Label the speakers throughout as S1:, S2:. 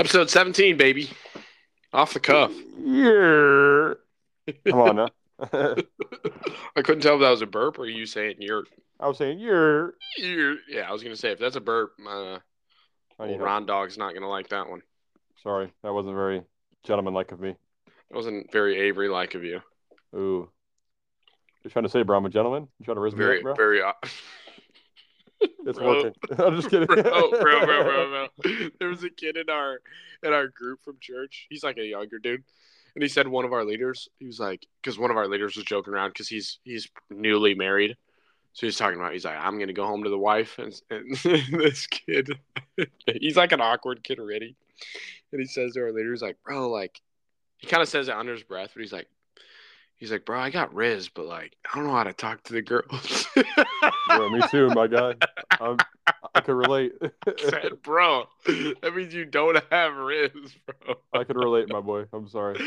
S1: Episode 17, baby. Off the cuff.
S2: Yeah. Come on now. I
S1: I couldn't tell if that was a burp or you saying you're.
S2: was saying Oh, you're.
S1: you're yeah, I was going to say, if that's a burp, uh,
S2: Oh,
S1: old
S2: yeah.
S1: Ron Dog's not going to like that one.
S2: Sorry, that wasn't very gentlemanlike of me.
S1: That wasn't very Avery like of you.
S2: Ooh. You trying to say, bro, I'm a gentleman? You trying to raise
S1: Very,
S2: me up, bro?
S1: very. o-
S2: It's
S1: bro.
S2: working. I'm just kidding.
S1: bro, bro, bro, bro, bro. There was a kid in our in our group from church. He's like a younger dude, and he said one of our leaders. He was like, because one of our leaders was joking around because he's he's newly married, so he's talking about he's like, I'm gonna go home to the wife, and, and this kid, he's like an awkward kid already, and he says to our leader, he's like, bro, like, he kind of says it under his breath, but he's like. He's like, bro, I got Riz, but like, I don't know how to talk to the girls.
S2: Bro, me too, my guy. I'm, I could relate.
S1: said, bro, that means you don't have Riz, bro.
S2: I could relate, my boy. I'm sorry.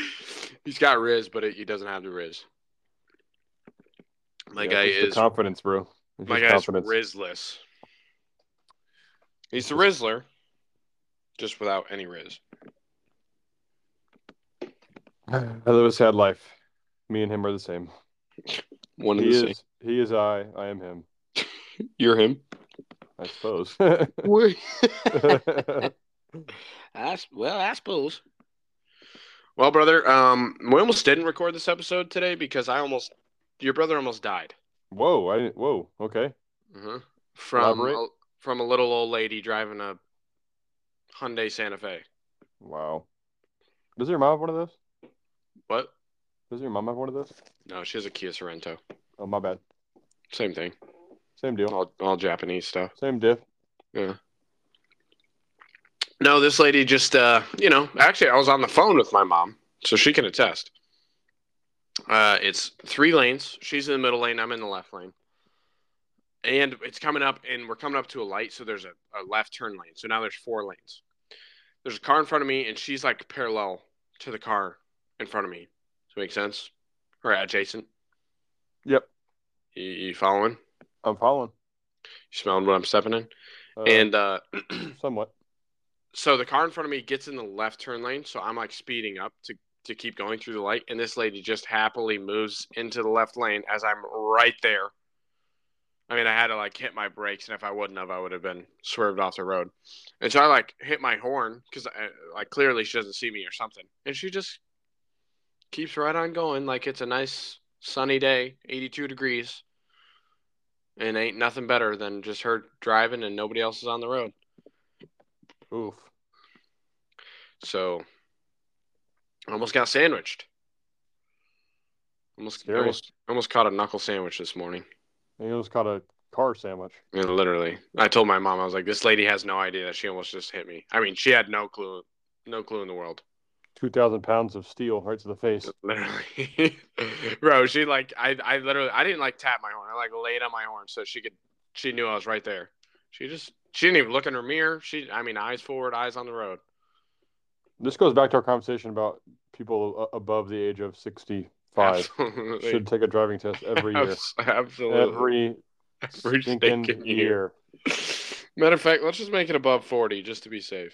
S1: He's got Riz, but it, he doesn't have the Riz. My
S2: Yeah,
S1: guy
S2: it's just the
S1: is
S2: confidence, bro. It's
S1: my
S2: just
S1: guy's
S2: confidence.
S1: Rizless. He's the Rizzler, just without any Riz.
S2: I live a sad life. Me and him are the same.
S1: One of
S2: He
S1: the same.
S2: is. He is I. I am him.
S1: You're him.
S2: I suppose.
S1: I, s- well, I suppose. Well, brother, um, we almost didn't record this episode today because I almost, your brother almost died.
S2: whoa! I didn't, whoa. Okay.
S1: hmm From a,
S2: Elaborate.
S1: from a little old lady driving a Hyundai Santa Fe.
S2: Wow. Does your mom have one of those?
S1: What?
S2: Does your mom have one of those?
S1: No, she has a Kia Sorento.
S2: Oh, my bad.
S1: Same thing.
S2: Same deal.
S1: All all Japanese stuff.
S2: Same diff.
S1: No, this lady just uh, you know, actually I was on the phone with my mom, so she can attest. Uh, it's three lanes. She's in the middle lane, I'm in the left lane. And it's coming up and we're coming up to a light, so there's a, a left turn lane. So now there's four lanes. There's a car in front of me and she's like parallel to the car in front of me. Does that make sense? Or adjacent.
S2: Yep.
S1: You, you following? You
S2: I'm following.
S1: smelling what I'm stepping in?
S2: Uh,
S1: and uh
S2: somewhat.
S1: so the car in front of me gets in the left turn lane, so I'm like speeding up to to keep going through the light, and this lady just happily moves into the left lane as I'm right there. I mean, I had to like hit my brakes, and if I wouldn't have, I would have been swerved off the road. And so I like hit my horn because like clearly she doesn't see me or something, and she just keeps right on going like it's a nice sunny day, 82 degrees, and ain't nothing better than just her driving and nobody else is on the road.
S2: Oof.
S1: So I almost got sandwiched. Almost,
S2: Scary.
S1: almost, almost caught a knuckle sandwich this morning.
S2: He almost caught a car sandwich.
S1: And literally, I told my mom, I was like, "This lady has no idea that she almost just hit me." I mean, she had no clue, no clue in the world.
S2: Two thousand pounds of steel right to the face.
S1: Literally, bro. She like, I, I literally, I didn't like tap my horn. I like laid on my horn so she could, she knew I was right there. She just, she didn't even look in her mirror. She, I mean, eyes forward, eyes on the road.
S2: This goes back to our conversation about people a- above the age of sixty-five
S1: Absolutely.
S2: should take a driving test every year.
S1: Abs- Absolutely.
S2: Every
S1: Every
S2: stinking
S1: stinking year.
S2: year.
S1: Matter of fact, let's just make it above 40 just to be safe.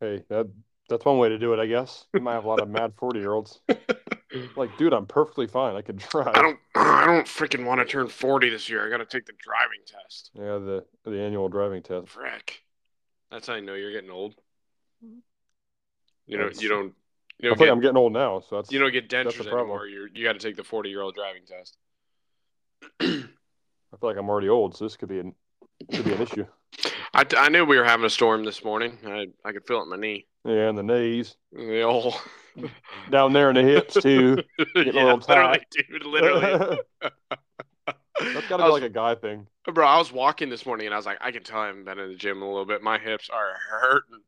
S2: Hey, that that's one way to do it, I guess. You might have a lot of mad forty-year-olds. Like, dude, I'm perfectly fine. I could drive.
S1: I don't I don't freaking want to turn 40 this year. I got to take the driving test.
S2: Yeah, the the annual driving test.
S1: Frick. That's how you know you're getting old. You know,
S2: That's-
S1: you don't you
S2: I
S1: don't
S2: feel like
S1: get,
S2: I'm getting old now, so that's
S1: you don't get
S2: that's the
S1: dentures
S2: problem.
S1: anymore. You you got to take the 40-year-old driving test.
S2: I feel like I'm already old, so this could be an could be an issue.
S1: I, t- I knew we were having a storm this morning. I I could feel it in my knee.
S2: Yeah, and the knees
S1: The old
S2: down there in the hips too. Getting a
S1: yeah,
S2: little
S1: literally,
S2: tight.
S1: dude, literally.
S2: that's
S1: I
S2: got to be
S1: was
S2: like a guy thing.
S1: Bro, I was walking this morning and I was like, I can tell I haven't been in the gym in a little bit. My hips are hurting.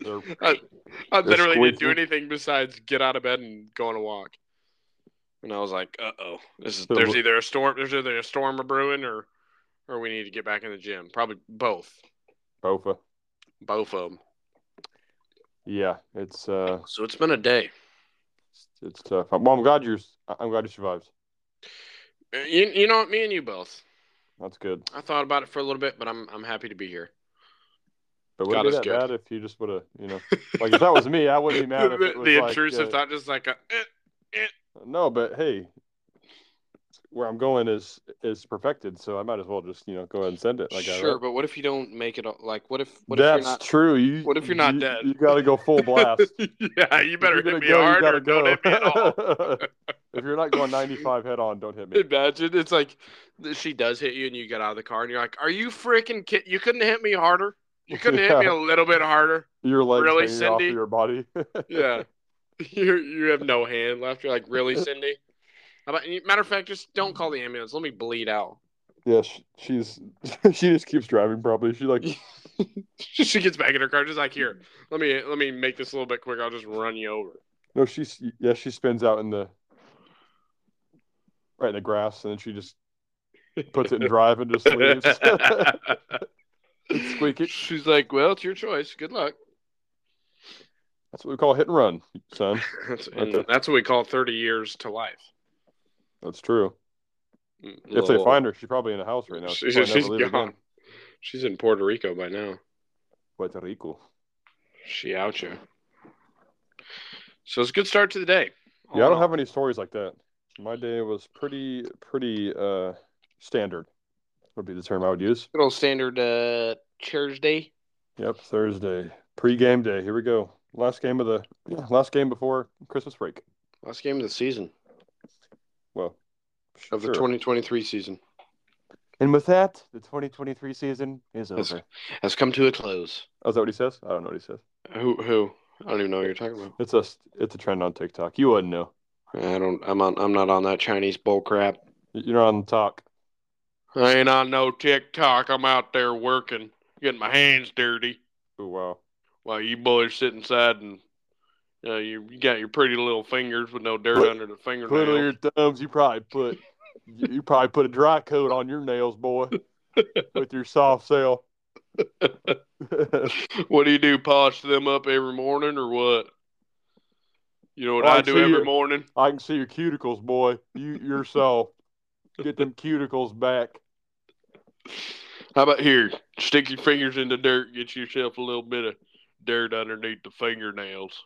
S2: They're-
S1: I, I
S2: They're
S1: literally didn't do
S2: squeaky.
S1: anything besides get out of bed and go on a walk. And I was like, uh oh, this is
S2: So-
S1: there's either a storm, there's either a storm or brewing, or or we need to get back in the gym. Probably both,
S2: Bofa.
S1: both of them.
S2: Yeah, it's uh,
S1: So it's been a day.
S2: it's tough. Well, I'm glad you're. I'm glad you survived.
S1: Uh, You you know what, me and you both.
S2: That's good.
S1: I thought about it for a little bit, but I'm I'm happy to be here.
S2: But would
S1: God,
S2: it be
S1: that's
S2: that
S1: good.
S2: bad if you just would have, you know, like if that was me, I wouldn't be mad. If
S1: the
S2: it was
S1: the
S2: like,
S1: intrusive
S2: uh,
S1: thought, just like a, eh.
S2: No, but hey, where I'm going is is perfected, so I might as well just you know go ahead and send it. Like I
S1: sure,
S2: wrote.
S1: but what if you don't make it? all- Like, what if? What
S2: that's
S1: if you're not?
S2: true. You,
S1: what if you're not
S2: you-
S1: dead?
S2: You got to go full blast. If
S1: yeah, you better
S2: you're gonna
S1: hit me
S2: go, you
S1: hard
S2: gotta
S1: or don't hit me at all.
S2: if you're not going 95 head on, don't hit me.
S1: Imagine it's like th- she does hit you and you get out of the car and you're like, "Are you freaking kid? You couldn't hit me harder. You couldn't hit me
S2: Yeah.
S1: a little bit harder."
S2: Your legs
S1: Really,
S2: hanging off of
S1: Cindy?
S2: your body.
S1: Yeah, you you have no hand left. You're like, "Really, Cindy?" How about matter of fact, just don't call the ambulance. Let me bleed out.
S2: yeah, she, she's she just keeps driving. Probably she like
S1: she gets back in her car, just like here. Let me let me make this a little bit quicker. I'll just run you over.
S2: no, she's yeah, she spins out in the right in the grass, and then she just puts it in drive and just leaves. Squeak it.
S1: She's like, "Well, it's your choice. Good luck."
S2: That's what we call hit and run, son.
S1: That's, and
S2: Okay.
S1: that's what we call thirty years to life.
S2: That's true. If they find her, she's probably in a house right now.
S1: she's,
S2: probably never
S1: she's
S2: leaving
S1: gone.
S2: again.
S1: She's in Puerto Rico by now.
S2: Puerto Rico.
S1: She out you. So it's a good start to the day.
S2: Yeah, I
S1: All
S2: don't
S1: in
S2: have any stories like that. My day was pretty, pretty uh standard. Would be the term I would use.
S1: all, good old standard uh, Thursday.
S2: Yep, Thursday pre-game day. Here we go. Last game of the last game before Christmas break.
S1: Last game of the season
S2: Well,
S1: of the
S2: sure.
S1: twenty twenty three season
S2: And with that, the 2023 season is over.
S1: That's- has come to a close.
S2: Oh, is that what he says? I don't know what he says.
S1: Who who? I don't even know what you're talking about.
S2: It's a it's a trend on TikTok. You wouldn't know.
S1: I don't. I'm on. I'm not on that Chinese bull crap.
S2: You're on the talk.
S1: I ain't on no TikTok. I'm out there working, getting my hands dirty,
S2: Oh wow.
S1: while you boys sit inside and you know, you, you got your pretty little fingers with no dirt under the
S2: Put on your
S1: fingernails.
S2: thumbs. You probably put you you probably put a dry coat on your nails, boy, with your soft sell.
S1: What do you do? Polish them up every morning or what? You know what
S2: Well, I
S1: I do
S2: see
S1: every
S2: you.
S1: morning?
S2: I can see your cuticles, boy. You yourself get them cuticles back.
S1: How about here? Stick your fingers in the dirt, get yourself a little bit of dirt underneath the fingernails.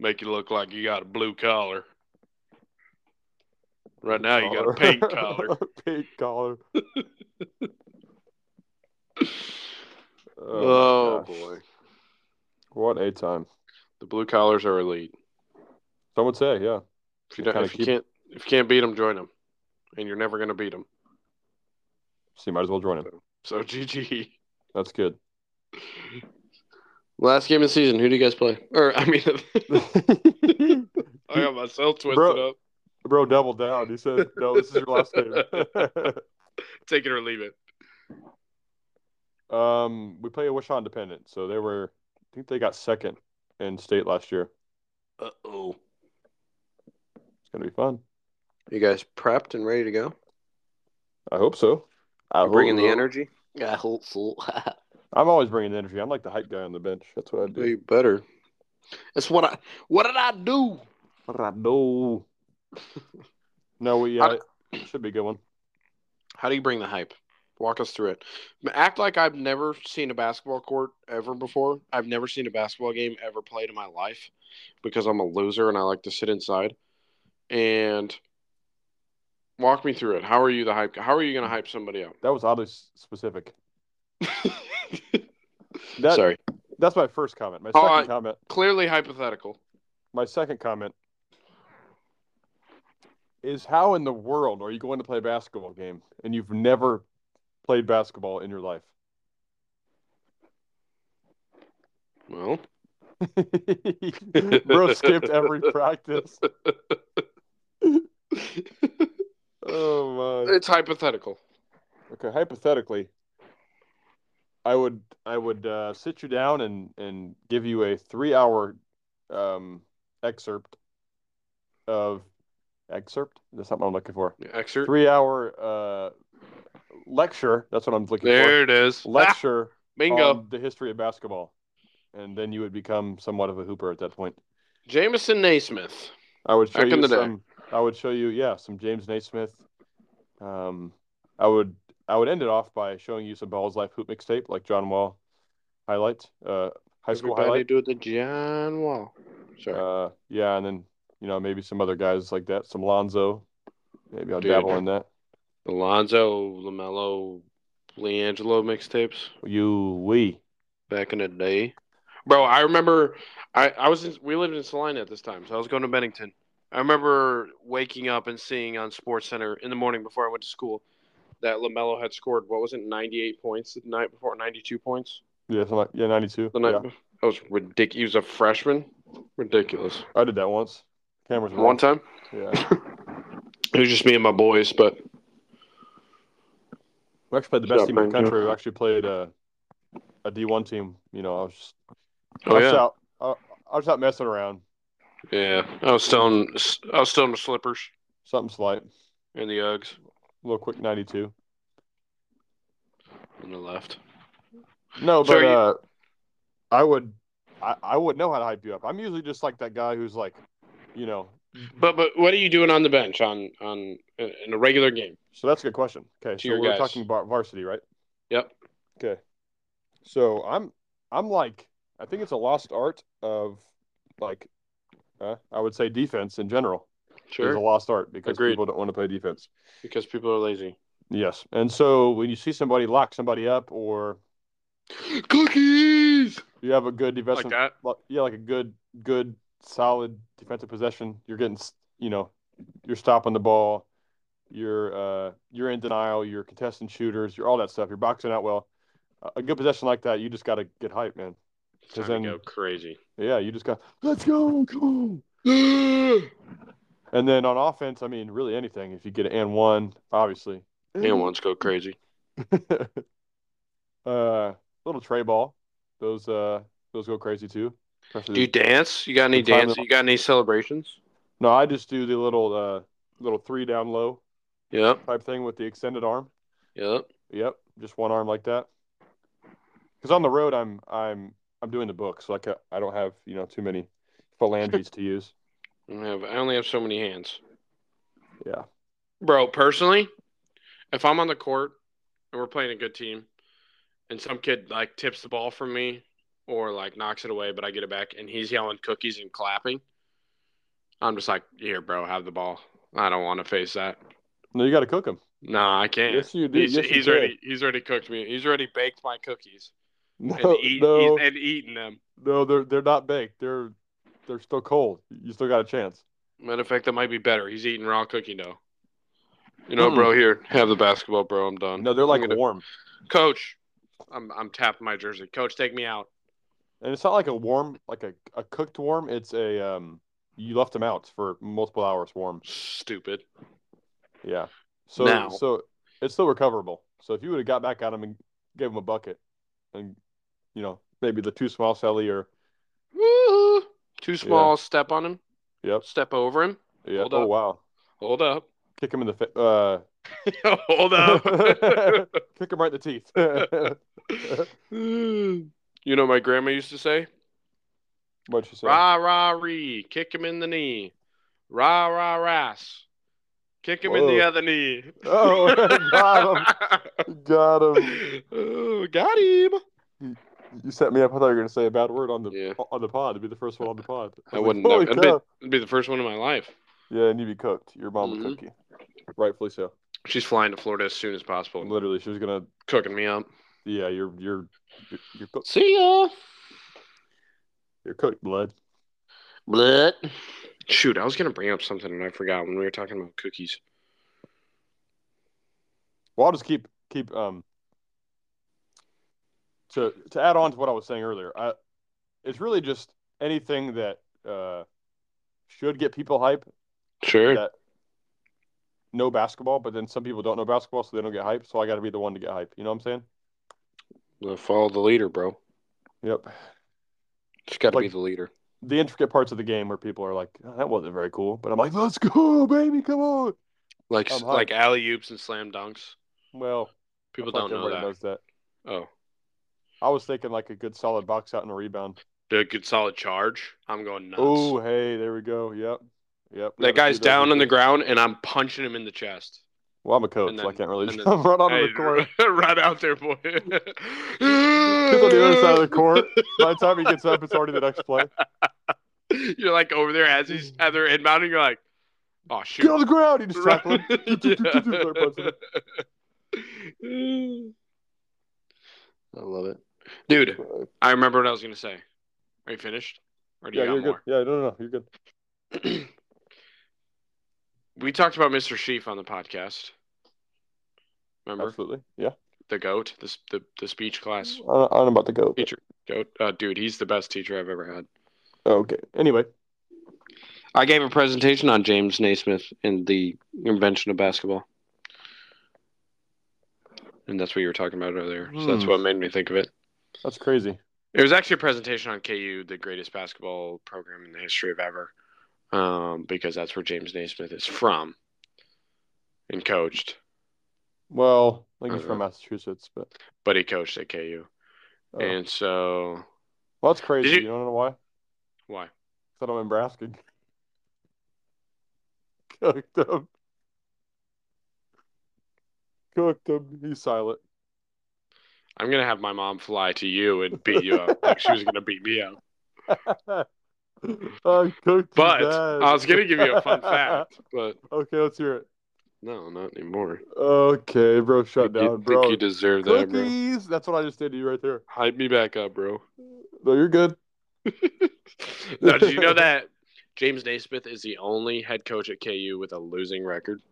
S1: Make you look like you got a blue collar. Right now, you got a pink collar.
S2: pink collar.
S1: Oh,
S2: my gosh.
S1: boy.
S2: What a time.
S1: The blue collars are elite.
S2: Some would say, yeah.
S1: If you,
S2: They
S1: don't,
S2: kinda
S1: if you
S2: keep-
S1: can't if you can't beat them, join them, and you're never gonna beat them.
S2: So you might as well join him.
S1: So GG.
S2: That's good.
S1: Last game of the season, who do you guys play? Or I mean, I got myself twisted
S2: Bro.
S1: up.
S2: Bro doubled down. He said, No, this is your last game.
S1: Take it or leave it.
S2: Um, we play a Wishon dependent, so they were. I think they got second in state last year.
S1: Uh oh.
S2: It's gonna be fun.
S1: You guys prepped and ready to go?
S2: I hope so. I
S1: I'm bringing
S2: hope
S1: the
S2: so.
S1: energy. Yeah, hopeful.
S2: I'm always bringing the energy. I'm like the hype guy on the bench. That's what I do.
S1: you better. That's what I. What did I do?
S2: What I do? no, we uh,
S1: I-
S2: it should be a good one.
S1: How do you bring the hype? Walk us through it. Act like I've never seen a basketball court ever before. I've never seen a basketball game ever played in my life because I'm a loser and I like to sit inside. And walk me through it. How are you the hype? How are you going to hype somebody up?
S2: That was oddly s- specific. That,
S1: Sorry.
S2: That's my first comment. My
S1: Oh,
S2: second
S1: I-
S2: comment.
S1: Clearly hypothetical.
S2: My second comment is how in the world are you going to play a basketball game and you've never played basketball in your life?
S1: Well,
S2: Bro skipped every practice. Oh my.
S1: it's hypothetical.
S2: Okay, hypothetically, I would I would uh, sit you down and and give you a three hour um, excerpt of excerpt. That's something I'm looking for.
S1: Excerpt.
S2: Three hour uh, lecture. That's what I'm looking
S1: There it is. Ah,
S2: for. Lecture
S1: Bingo.
S2: on the history of basketball, and then you would become somewhat of a hooper at that point.
S1: Jameson Naismith.
S2: I would show
S1: Back in the
S2: you
S1: day.
S2: some. I would show you, yeah, some James Naismith. Um, I would I would end it off by showing you some Ball's Life hoop mixtape, like John Wall highlights, uh, high school
S1: Everybody
S2: highlight.
S1: do it to John Wall. Sorry.
S2: Uh, yeah, and then you know maybe some other guys like that, some Lonzo. Maybe I'll
S1: Dude.
S2: dabble in that.
S1: Alonzo, LaMelo, LiAngelo mixtapes
S2: You we
S1: back in the day. Bro, I remember I, I was in, we lived in Salina at this time, so I was going to Bennington. I remember waking up and seeing on Sports Center in the morning before I went to school that LaMelo had scored what was it 98 points the night before 92 points
S2: yeah something like- yeah ninety two.
S1: the night
S2: Yeah,
S1: before. That was ridiculous. He was a freshman. Ridiculous.
S2: I did that once. Cameras were
S1: One
S2: off.
S1: time
S2: Yeah,
S1: it was just me and my boys, but
S2: we actually played the best
S1: Yeah,
S2: team in the
S1: man, yeah.
S2: country. We actually played uh, a D one team. You know, I was just,
S1: oh
S2: I was
S1: yeah.
S2: out, I, I was out messing around,
S1: Yeah, I was still in, I was still in the slippers
S2: something slight, a
S1: and the Uggs
S2: little quick ninety two.
S1: on the left.
S2: No,
S1: So
S2: but
S1: you-
S2: uh, I would, I, I would know how to hype you up. I'm usually just like that guy who's like, you know.
S1: But but what are you doing on the bench on on in a regular game?
S2: So that's a good question. Okay,
S1: To
S2: so
S1: your
S2: we're
S1: guys.
S2: talking bar- varsity, right?
S1: Yep.
S2: Okay. So I'm, I'm like, I think it's a lost art of, like, uh, I would say defense in general is a lost art because
S1: Agreed.
S2: people don't want to play defense.
S1: because people are lazy.
S2: Yes, and so when you see somebody lock somebody up, or
S1: Cookies
S2: you have a good defensive
S1: like that.
S2: like- yeah, like a good, good, solid defensive possession. You're getting, s- you know, you're stopping the ball. You're, uh, you're in denial. You're contesting shooters. You're all that stuff. You're boxing out well. A- A good possession like that, you just got to get hype, man.
S1: It's
S2: 'Cause
S1: time
S2: then-
S1: to go crazy.
S2: Yeah, you just got let's go, come on.
S1: and
S2: And then on offense, I mean, really anything. If you get an and one, obviously.
S1: wants to go crazy.
S2: uh, little tray ball. Those, uh, those go crazy too. Especially
S1: Do you dance? You got any
S2: Good time
S1: dance? You got any celebrations?
S2: no, I just do the little, uh, little three down low
S1: Yep,
S2: type thing with the extended arm.
S1: yep.
S2: Yep, just one arm like that. Because on the road, I'm I'm I'm doing the book, so I ca I don't have you know too many phalanges to use.
S1: I have I only have so many hands.
S2: Yeah.
S1: Bro, personally, if I'm on the court and we're playing a good team and some kid like tips the ball from me or like knocks it away, but I get it back and he's yelling cookies and clapping, I'm just like, here, bro, have the ball. I don't want to face that.
S2: No, you got to cook them.
S1: No, I can't.
S2: Yes, you do.
S1: He's,
S2: Yes, you
S1: he's
S2: can.
S1: already he's already cooked me. He's already baked my cookies and,
S2: No,
S1: eat,
S2: no,
S1: and eaten them.
S2: no, they're they're not baked. They're they're still cold. You still got a chance.
S1: Matter of fact, that might be better. He's eating raw cookie dough. You know,
S2: Mm.
S1: bro, here, have the basketball, bro. I'm done.
S2: No, they're
S1: I'm
S2: like
S1: gonna-
S2: warm,
S1: Coach, I'm I'm tapping my jersey. Coach, take me out.
S2: and it's not like a warm, like a, a cooked warm. It's a um, you left them out for multiple hours warm.
S1: Stupid.
S2: Yeah. So
S1: Now-
S2: so it's still recoverable. So if you would have got back at him and gave him a bucket, and you know maybe the two small celly or
S1: Woo! Too small. Step on him.
S2: Yep.
S1: Step over him.
S2: yeah,
S1: Hold
S2: oh
S1: up.
S2: wow,
S1: Hold up.
S2: kick him in the fa- uh,
S1: Hold up.
S2: kick him right in the teeth.
S1: you know what my grandma used to say?
S2: What'd you say?
S1: Rah rah ree. Kick him in the knee. Rah rah ras. Kick him in the
S2: Whoa.
S1: other knee.
S2: Oh, got him, got him.
S1: Oh, got him.
S2: You set me up. I thought you were gonna say a bad word on the
S1: Yeah.
S2: on the pod. It'd be the first one on the pod.
S1: I
S2: was like,
S1: wouldn't have-
S2: "Holy
S1: I'd been-
S2: cow."
S1: It'd be the first one in my life.
S2: Yeah, and you'd be cooked. Your mom would cook
S1: Mm-hmm.
S2: you, rightfully so.
S1: She's flying to Florida as soon as possible.
S2: Literally, she was gonna.
S1: Cooking me up.
S2: Yeah, you're you're you're, you're cooked.
S1: See ya.
S2: You're cooked, blood.
S1: But shoot, I was gonna bring up something and I forgot when we were talking about cookies.
S2: Well, I'll just keep keep um to to add on to what I was saying earlier. I, it's really just anything that uh, should get people hype.
S1: Sure.
S2: Yeah. Know basketball, but then some people don't know basketball, so they don't get hype. So I got to be the one to get hype. You know what I'm saying?
S1: Well, Follow the leader, bro.
S2: Yep.
S1: It's got to be
S2: Like-
S1: the leader.
S2: The intricate parts of the game where people are like, "Oh, "That wasn't very cool," but I'm like, "Let's go, baby! Come on!"
S1: Like
S2: I'm hyped.
S1: like alley oops and slam dunks.
S2: Well, I
S1: People
S2: feel
S1: don't
S2: like
S1: know that.
S2: everybody knows that.
S1: Oh,
S2: I was thinking like a good solid box out and a rebound.
S1: the good solid charge. I'm going nuts.
S2: Oh, hey, there we go. Yep, yep. we gotta
S1: that guy's
S2: do those
S1: down on the
S2: things.
S1: ground and I'm punching him in the chest.
S2: Well, I'm a coach,
S1: And
S2: so I
S1: then-
S2: can't really
S1: and then-
S2: run on
S1: Hey,
S2: the court.
S1: right out there, boy. He's on
S2: He's on the other side of
S1: the
S2: the court. By the time he gets up, it's already the next play.
S1: You're like over there as he's as they're inbounding. You're like, oh shoot.
S2: Get on the ground. He just
S1: Right.
S2: tackled.
S1: I love it,
S2: Uh,
S1: dude. I remember what I was gonna say. Are you finished, or do
S2: Yeah,
S1: you
S2: you're
S1: got
S2: good.
S1: more?
S2: Yeah, no, no, no, you're good.
S1: we talked about Mr. Sheaf on the podcast. Remember
S2: Absolutely. Yeah.
S1: the goat, the s- the, the speech class
S2: I don't, I don't know about the goat.
S1: teacher goat. Uh, dude, he's the best teacher I've ever had.
S2: Okay. Anyway,
S1: I gave a presentation on James Naismith and the invention of basketball. And that's what you were talking about earlier. So that's
S2: Hmm.
S1: what made me think of it.
S2: that's crazy.
S1: It was actually a presentation on KU, the greatest basketball program in the history of ever, um, because that's where James Naismith is from and coached,
S2: Well, I think he's
S1: Uh-huh.
S2: from Massachusetts, but
S1: but he coached at KU.
S2: uh,
S1: And so,
S2: well, that's crazy.
S1: Did
S2: You...
S1: you-
S2: don't know why? 'Cause
S1: why?
S2: I don't remember asking. Cooked him. Cooked him. He's silent.
S1: I'm going to have my mom fly to you and beat you up like she was going to beat me up.
S2: I cooked his
S1: But
S2: dad.
S1: I was going to give you a fun fact, but
S2: Okay, let's hear it.
S1: no, not anymore.
S2: Okay, bro, shut
S1: You
S2: down,
S1: think
S2: bro.
S1: you deserve that, bro?
S2: Cookies. That's what I just did to you right there.
S1: Hype me back up, bro.
S2: No, you're good.
S1: now, did you know that James Naismith is the only head coach at KU with a losing record?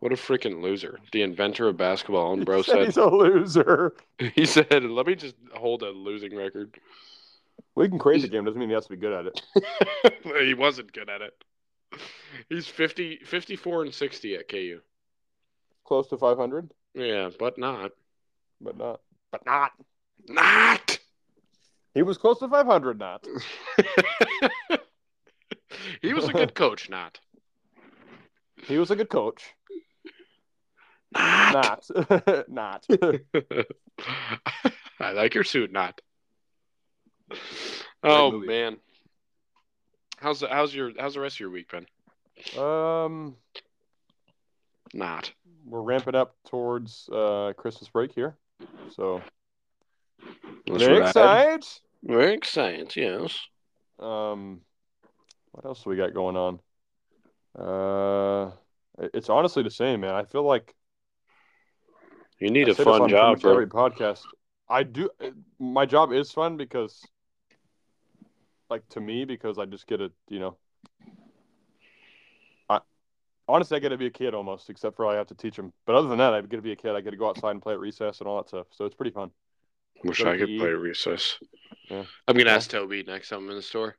S1: What a freaking loser. The inventor of basketball, and bro
S2: He said
S1: said,
S2: he's a loser.
S1: he said, let me just hold a losing record.
S2: We can create the
S1: He's-
S2: game. Doesn't mean he has to be good at it.
S1: he wasn't good at it. He's 50, 54 and 60 at KU.
S2: Close to 500,
S1: Yeah, but not.
S2: but not.
S1: But not. Not!
S2: He was close to 500, not.
S1: he was a good coach, not.
S2: He was a good coach.
S1: Not.
S2: Not. not.
S1: I like your suit, not. Oh
S2: movie.
S1: man, how's the, how's your how's the rest of your week been?
S2: Um,
S1: Not.
S2: we're ramping up towards uh, Christmas break here. So,
S1: Very
S2: very excited.
S1: Very excited. Yes.
S2: Um, what else we got going on? Uh, it- it's honestly the same, man. I feel like
S1: You need
S2: I
S1: a
S2: say this
S1: fun
S2: on
S1: job,
S2: pretty much
S1: bro.
S2: Every podcast, I do. My job is fun because, like to me, because I just get to, you know, I honestly I get to be a kid almost, except for I have to teach them. But other than that, I get to be a kid. I get to go outside and play at recess and all that stuff. So it's pretty fun.
S1: Wish
S2: go
S1: I
S2: to
S1: could
S2: PE.
S1: play recess.
S2: Yeah.
S1: I'm gonna
S2: Yeah.
S1: ask Toby next time I'm in the store.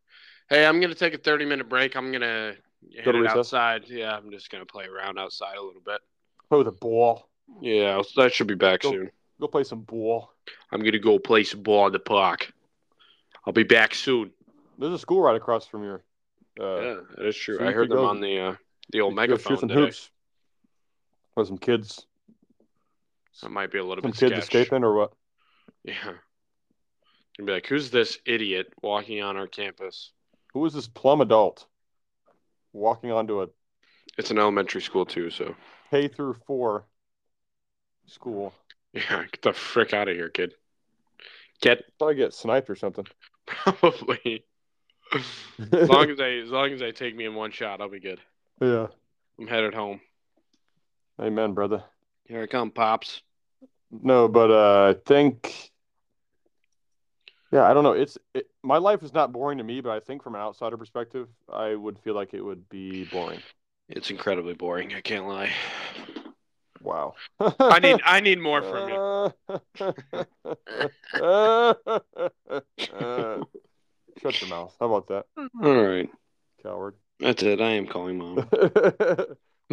S1: Hey, I'm gonna take a 30 minute break. I'm gonna head
S2: to
S1: it
S2: recess?
S1: outside. Yeah, I'm just gonna play around outside a little bit.
S2: Play with a ball.
S1: Yeah, I'll- I should be back
S2: Go-
S1: soon.
S2: Go play some ball.
S1: I'm gonna go play some ball in the park. I'll be back soon.
S2: There's a school right across from your. Uh,
S1: yeah, that is true.
S2: so
S1: I
S2: you
S1: heard
S2: could
S1: them
S2: go-
S1: on the uh, the
S2: you
S1: old
S2: could go
S1: megaphone
S2: Shoot some
S1: today.
S2: hoops. Or some kids,
S1: That might be a little
S2: some
S1: bit
S2: kids
S1: sketch.
S2: escaping or what?
S1: Yeah. And be like, who's this idiot walking on our campus?
S2: Who is this plum adult walking onto a
S1: It's an elementary school too, so
S2: K through four school.
S1: yeah, get the frick out of here, kid. Get
S2: Probably get sniped or something.
S1: probably. as long as they as long as they take me in one shot, I'll be good.
S2: yeah.
S1: I'm headed home.
S2: Amen, brother.
S1: Here I come, pops.
S2: No, but uh, I think. Yeah, I don't know. It's it, my life is not boring to me, but I think from an outsider perspective, I would feel like it would be boring.
S1: It's incredibly boring. I can't lie.
S2: Wow.
S1: I need I need more from you.
S2: Shut your mouth. How about that,
S1: All right.
S2: coward?
S1: That's it. I am calling mom.
S2: we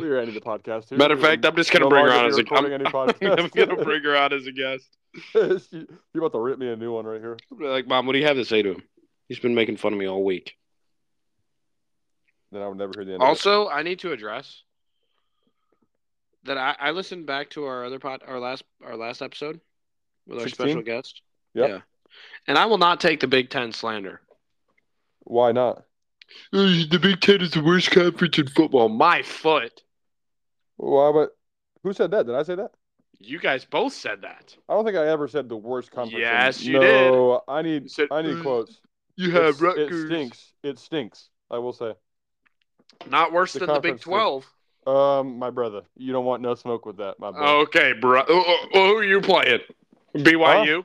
S2: are ending the podcast here.
S1: Hmm. Matter of fact, I'm just gonna bring her on as a.
S2: recording
S1: I'm,
S2: any podcast.
S1: I'm gonna bring her on as a guest.
S2: you are about to rip me a new one right here.
S1: I'll be Like, mom, what do you have to say to him? He's been making fun of me all week.
S2: Then I would never hear the end. of
S1: Also, I need to address that I, I listened back to our other pot, our last, our last episode with our
S2: 16?
S1: special guest.
S2: Yep.
S1: Yeah, and I will not take the Big Ten slander.
S2: it. why not?
S1: The Big Ten is the worst conference in football. My foot.
S2: Why? But who said that? Did I say that?
S1: You guys both said that.
S2: I don't think I ever said the worst conference.
S1: Yes, you
S2: no,
S1: did.
S2: I
S1: You
S2: need
S1: said,
S2: I need
S1: "Mm,
S2: quotes.
S1: You
S2: It's- It stinks. It stinks. I will say.
S1: Not worse
S2: The
S1: than the Big
S2: conference stinks.
S1: 12.
S2: Um, my brother, you don't want no smoke with that, my brother.
S1: Okay, bro. Who who are you playing? BYU.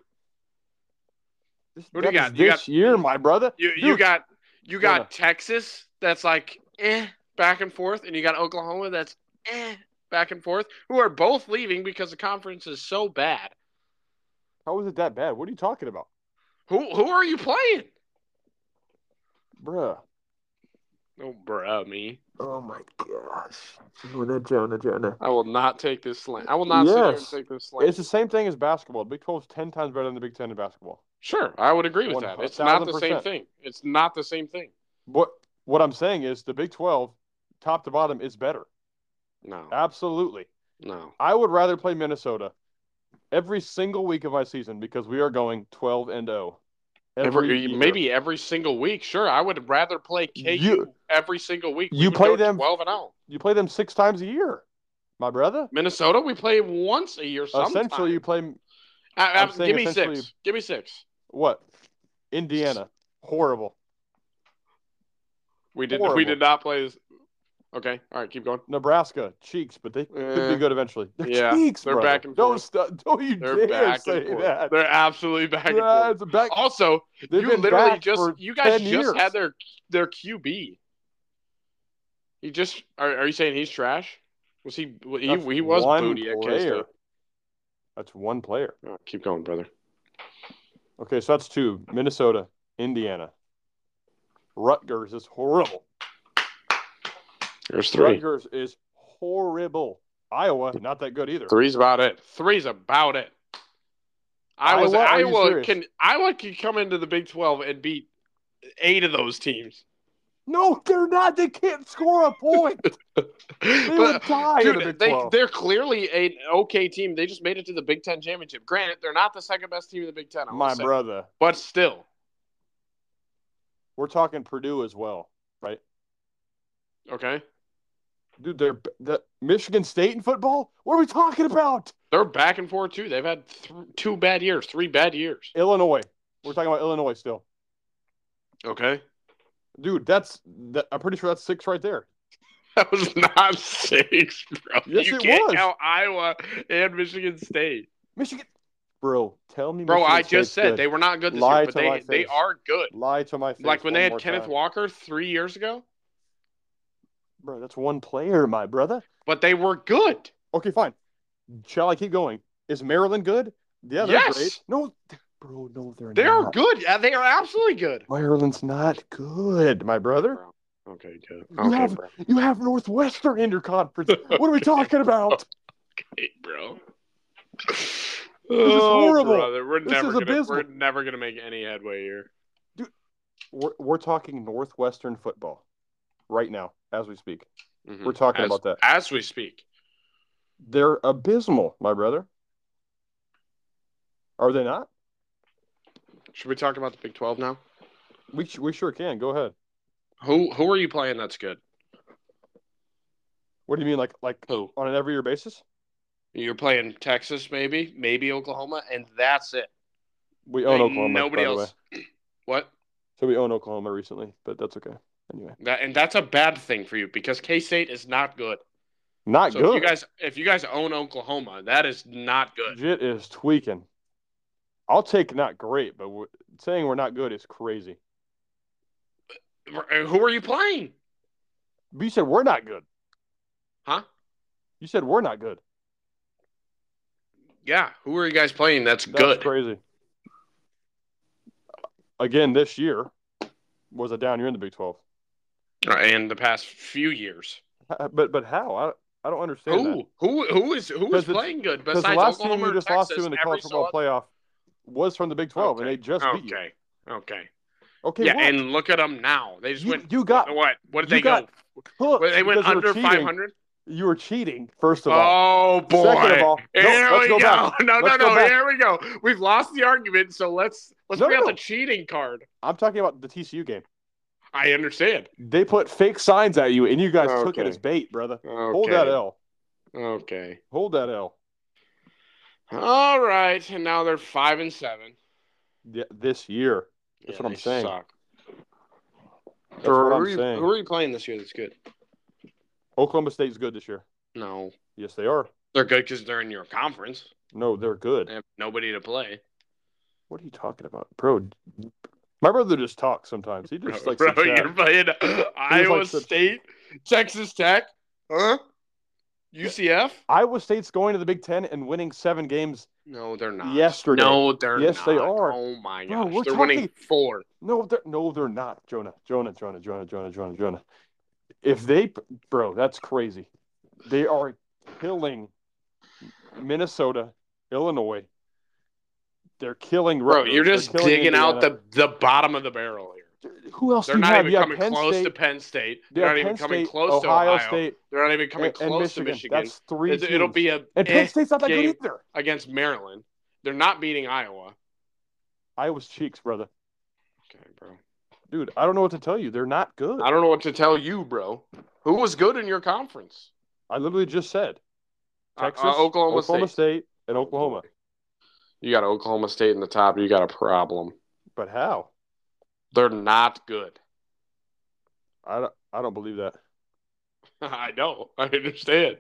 S2: this,
S1: what do
S2: that
S1: you
S2: is
S1: got?
S2: This
S1: You got-
S2: year, my brother.
S1: You you
S2: Duke.
S1: got you
S2: Go
S1: got
S2: now.
S1: Texas that's like eh back and forth, and you got Oklahoma that's eh back and forth, who are both leaving because the conference is so bad.
S2: How is it that bad? What are you talking about,
S1: Who who are you playing?
S2: bruh?
S1: Oh, bruh, me.
S2: Oh my gosh, Jonah, Jonah, Jonah.
S1: I will not take this slant. I will not sit here and
S2: Yes.
S1: take this slant.
S2: It's the same thing as basketball. Big 12 is 10 times better than the Big 10 in basketball.
S1: Sure, I would agree with that. It's not the same
S2: 1000%.
S1: thing. It's not the same thing.
S2: What what I'm saying is the Big 12, top to bottom, is better.
S1: No,
S2: Absolutely.
S1: no.
S2: I would rather play Minnesota every single week of my season because we are going 12 and 0.
S1: Every,
S2: year.
S1: maybe every single week. Sure, I would rather play KU
S2: You-
S1: every single week. We
S2: you
S1: would
S2: play
S1: go
S2: them-
S1: twelve and oh. zero.
S2: you play them six times a year, my brother.
S1: Minnesota, we play once a year. Sometimes.
S2: Essentially, you play
S1: I- I-
S2: I'm saying
S1: give me
S2: essentially-
S1: six. Give me six.
S2: what? Indiana, horrible.
S1: We did. We
S2: Horrible.
S1: did not play this. Okay. All right. Keep going.
S2: Nebraska, cheeks, but they could
S1: Eh,
S2: be good eventually. They're
S1: yeah,
S2: cheeks,
S1: they're
S2: brother.
S1: back and
S2: don't
S1: forth.
S2: st- don't you
S1: They're
S2: dare
S1: back
S2: say
S1: and forth.
S2: that.
S1: They're absolutely back and
S2: yeah,
S1: forth.
S2: it's back.
S1: Also,
S2: They've
S1: you
S2: been
S1: literally
S2: back
S1: just
S2: for
S1: you guys
S2: 10
S1: just
S2: years.
S1: had their their QB. You just are, are you saying he's trash? Was he he,
S2: That's
S1: he was
S2: one
S1: booty at K State.
S2: player. That's one player.
S1: All right, keep going, brother.
S2: Okay, so that's two. Minnesota, Indiana. Rutgers is horrible.
S1: There's three.
S2: Rutgers is horrible. Iowa, not that good either.
S1: Three's about it. Three's about it. I was
S2: Iowa, are you
S1: Iowa
S2: serious?
S1: can Iowa can come into the Big Twelve and beat eight of those teams.
S2: No, they're not. They can't score a point. They would
S1: But,
S2: die in the
S1: dude,
S2: Big
S1: they,
S2: 12.
S1: they're clearly an okay team. They just made it to the Big Ten championship. Granted, they're not the second best team in the Big Ten. I will
S2: My
S1: say.
S2: brother,
S1: but still,
S2: we're talking Purdue as well, right?
S1: okay,
S2: Dude, they're the Michigan State in football. What are we talking about?
S1: they're back and forth too. They've had th- two bad years, three bad years.
S2: Illinois. We're talking about Illinois still,
S1: Okay,
S2: dude. That's that, I'm pretty sure that's six right there.
S1: that was not six, bro.
S2: Yes,
S1: you
S2: it
S1: can't
S2: was.
S1: count Iowa and Michigan State.
S2: Michigan, bro, tell me,
S1: Bro,
S2: Michigan
S1: I just
S2: State's
S1: said
S2: good.
S1: they were not good this
S2: Lie
S1: year, but
S2: to my
S1: they, they
S2: face.
S1: are good.
S2: lie to my face.
S1: Like when
S2: one
S1: they
S2: more
S1: had Kenneth
S2: time.
S1: Walker three years ago,
S2: bro. That's one player, my brother.
S1: but they were good.
S2: Okay, fine. Shall I keep going? Is Maryland good? Yeah, they're
S1: Yes.
S2: great. No, bro, no, they're
S1: They are
S2: not.
S1: good. Yeah, they are absolutely good.
S2: Maryland's not good, my brother.
S1: Okay, good.
S2: You
S1: Okay,
S2: have-
S1: bro.
S2: You have Northwestern in your conference. What are we talking about?
S1: Hey, bro. This
S2: horrible.
S1: Oh, Brother. We're
S2: This
S1: never
S2: is
S1: gonna,
S2: abysmal.
S1: We're never gonna make any headway here.
S2: We're, we're talking Northwestern football right now as we speak.
S1: Mhm.
S2: We're talking
S1: As-
S2: about that.
S1: as we speak.
S2: They're abysmal, my brother. Are they not?
S1: Should we talk about the Big Twelve now?
S2: We, sh- we sure can. Go ahead.
S1: Who who are you playing? That's good.
S2: What do you mean, like like
S1: Who
S2: on an every year basis?
S1: you're playing? Texas, maybe, maybe Oklahoma, and that's it.
S2: We own
S1: Like,
S2: Oklahoma.
S1: Nobody
S2: by the way.
S1: else. What?
S2: So we own Oklahoma recently, but that's okay. Anyway,
S1: That, and that's a bad thing for you because K State is not good.
S2: not
S1: so if
S2: good.
S1: you guys if you guys own Oklahoma, that is not good.
S2: Jit is tweaking. I'll take not great, but we saying we're not good is crazy.
S1: Who are you playing?
S2: But you said we're not good.
S1: Huh?
S2: You said we're not good.
S1: Yeah, who are you guys playing? That's,
S2: That's
S1: good.
S2: crazy. Again, this year was a down year in the Big Twelve.
S1: And Uh, the past few years,
S2: Uh, But but how? I I don't understand that.
S1: who who who is who is
S2: Because it's-
S1: playing good
S2: Because
S1: besides
S2: the last
S1: Oklahoma
S2: team you
S1: or
S2: just
S1: Texas?
S2: lost to in the
S1: every
S2: college football
S1: so-
S2: playoff was from the Big Twelve, and
S1: Okay.
S2: they just beat you.
S1: okay, okay,
S2: Okay,
S1: yeah.
S2: what?
S1: And look at them now. They just
S2: you,
S1: went.
S2: you got
S1: What? What did
S2: you
S1: they go?
S2: hooked
S1: They went
S2: because you were
S1: under
S2: cheating.
S1: five hundred.
S2: You were cheating, first of all.
S1: Oh boy!
S2: Second of all, no,
S1: Here
S2: let's
S1: we go.
S2: go back.
S1: No,
S2: Let's
S1: no,
S2: go
S1: no.
S2: back.
S1: Here we go. We've lost the argument, so let's let's
S2: No,
S1: bring out
S2: no.
S1: the cheating card.
S2: I'm talking about the TCU game.
S1: I understand.
S2: They put fake signs at you, and you guys took it
S1: Okay.
S2: as bait, brother.
S1: Okay.
S2: Hold that L.
S1: Okay.
S2: Hold that L.
S1: All right. And now they're five and seven.
S2: Yeah, this year. That's what I'm
S1: they
S2: saying.
S1: Suck.
S2: That's what I'm
S1: Who are you-
S2: saying.
S1: Who are you playing this year that's good?
S2: Oklahoma State's good this year.
S1: No.
S2: Yes, they are.
S1: They're good because they're in your conference.
S2: No, they're good.
S1: They have nobody to play.
S2: What are you talking about, bro? My brother just talks sometimes. He just like
S1: Bro,
S2: sits
S1: you're
S2: down.
S1: playing Iowa
S2: like, sits-
S1: State, Texas Tech, huh? UCF?
S2: Iowa State's going to the Big Ten and winning seven games.
S1: No, they're not.
S2: Yesterday.
S1: No, they're
S2: Yes,
S1: not.
S2: they are.
S1: Oh my
S2: Bro,
S1: gosh.
S2: we're
S1: they're winning four.
S2: No, they're no, they're not. Jonah, Jonah, Jonah, Jonah, Jonah, Jonah, Jonah. If they, bro, that's crazy. They are killing Minnesota, Illinois. They're killing.
S1: Bro,
S2: Rutgers.
S1: you're
S2: They're
S1: just
S2: killing
S1: digging out
S2: Indiana.
S1: the, the bottom of the barrel here.
S2: Who else
S1: They're
S2: do you
S1: not
S2: have?
S1: even
S2: You have
S1: coming
S2: Penn
S1: close
S2: State.
S1: to Penn State.
S2: you
S1: They're
S2: have
S1: not even
S2: Penn
S1: coming
S2: State,
S1: close to
S2: Ohio
S1: Ohio.
S2: State,
S1: They're not even coming
S2: and, and
S1: close
S2: Michigan.
S1: to Michigan.
S2: That's three.
S1: It's- it'll
S2: teams.
S1: be a
S2: and
S1: eh
S2: Penn State's not that
S1: game.
S2: good either.
S1: against Maryland. They're not beating Iowa.
S2: Iowa's cheeks, brother.
S1: Okay, bro.
S2: Dude, I don't know what to tell you. They're not good.
S1: I don't know what to tell you, bro. Who was good in your conference?
S2: I literally just said
S1: Uh, uh,
S2: Texas,
S1: Oklahoma,
S2: Oklahoma
S1: State.
S2: State, and Oklahoma.
S1: You got Oklahoma State in the top. You got a problem.
S2: But how?
S1: They're not good.
S2: I don't, I don't believe that.
S1: I know. I understand.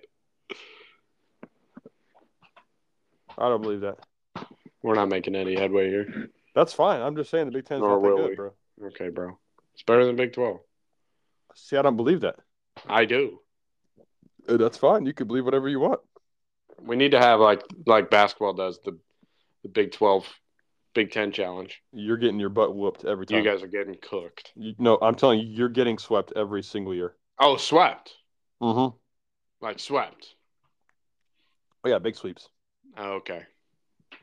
S2: I don't believe that.
S1: We're not making any headway here.
S2: That's fine. I'm just saying the Big Ten's
S1: Nor
S2: not that
S1: will
S2: good,
S1: we.
S2: bro.
S1: Okay, bro. It's better than Big Twelve.
S2: See, I don't believe that.
S1: I do.
S2: Uh, That's fine. You can believe whatever you want.
S1: We need to have like like basketball does the the Big Twelve, Big Ten challenge.
S2: You're getting your butt whooped every time.
S1: You guys are getting cooked.
S2: You- no, I'm telling you, you're getting swept every single year.
S1: Oh, swept.
S2: Mm-hmm.
S1: Like swept. Oh,
S2: Oh, yeah, big sweeps.
S1: Okay.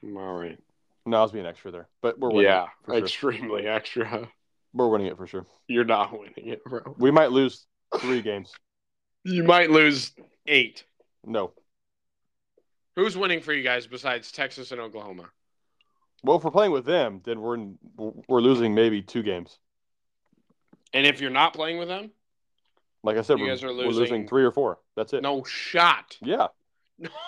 S1: All right.
S2: No, I was being extra there, but we're winning.
S1: yeah,
S2: it for sure.
S1: extremely extra.
S2: We're winning it for sure.
S1: You're not winning it, bro.
S2: We might lose three games.
S1: You might lose eight.
S2: No.
S1: Who's winning for you guys besides Texas and Oklahoma?
S2: Well, if we're playing with them, then we're in, we're losing maybe two games.
S1: And if you're not playing with them,
S2: Like I said,
S1: You
S2: we're,
S1: guys are
S2: we're losing
S1: losing-
S2: three or four. That's it.
S1: no shot.
S2: Yeah.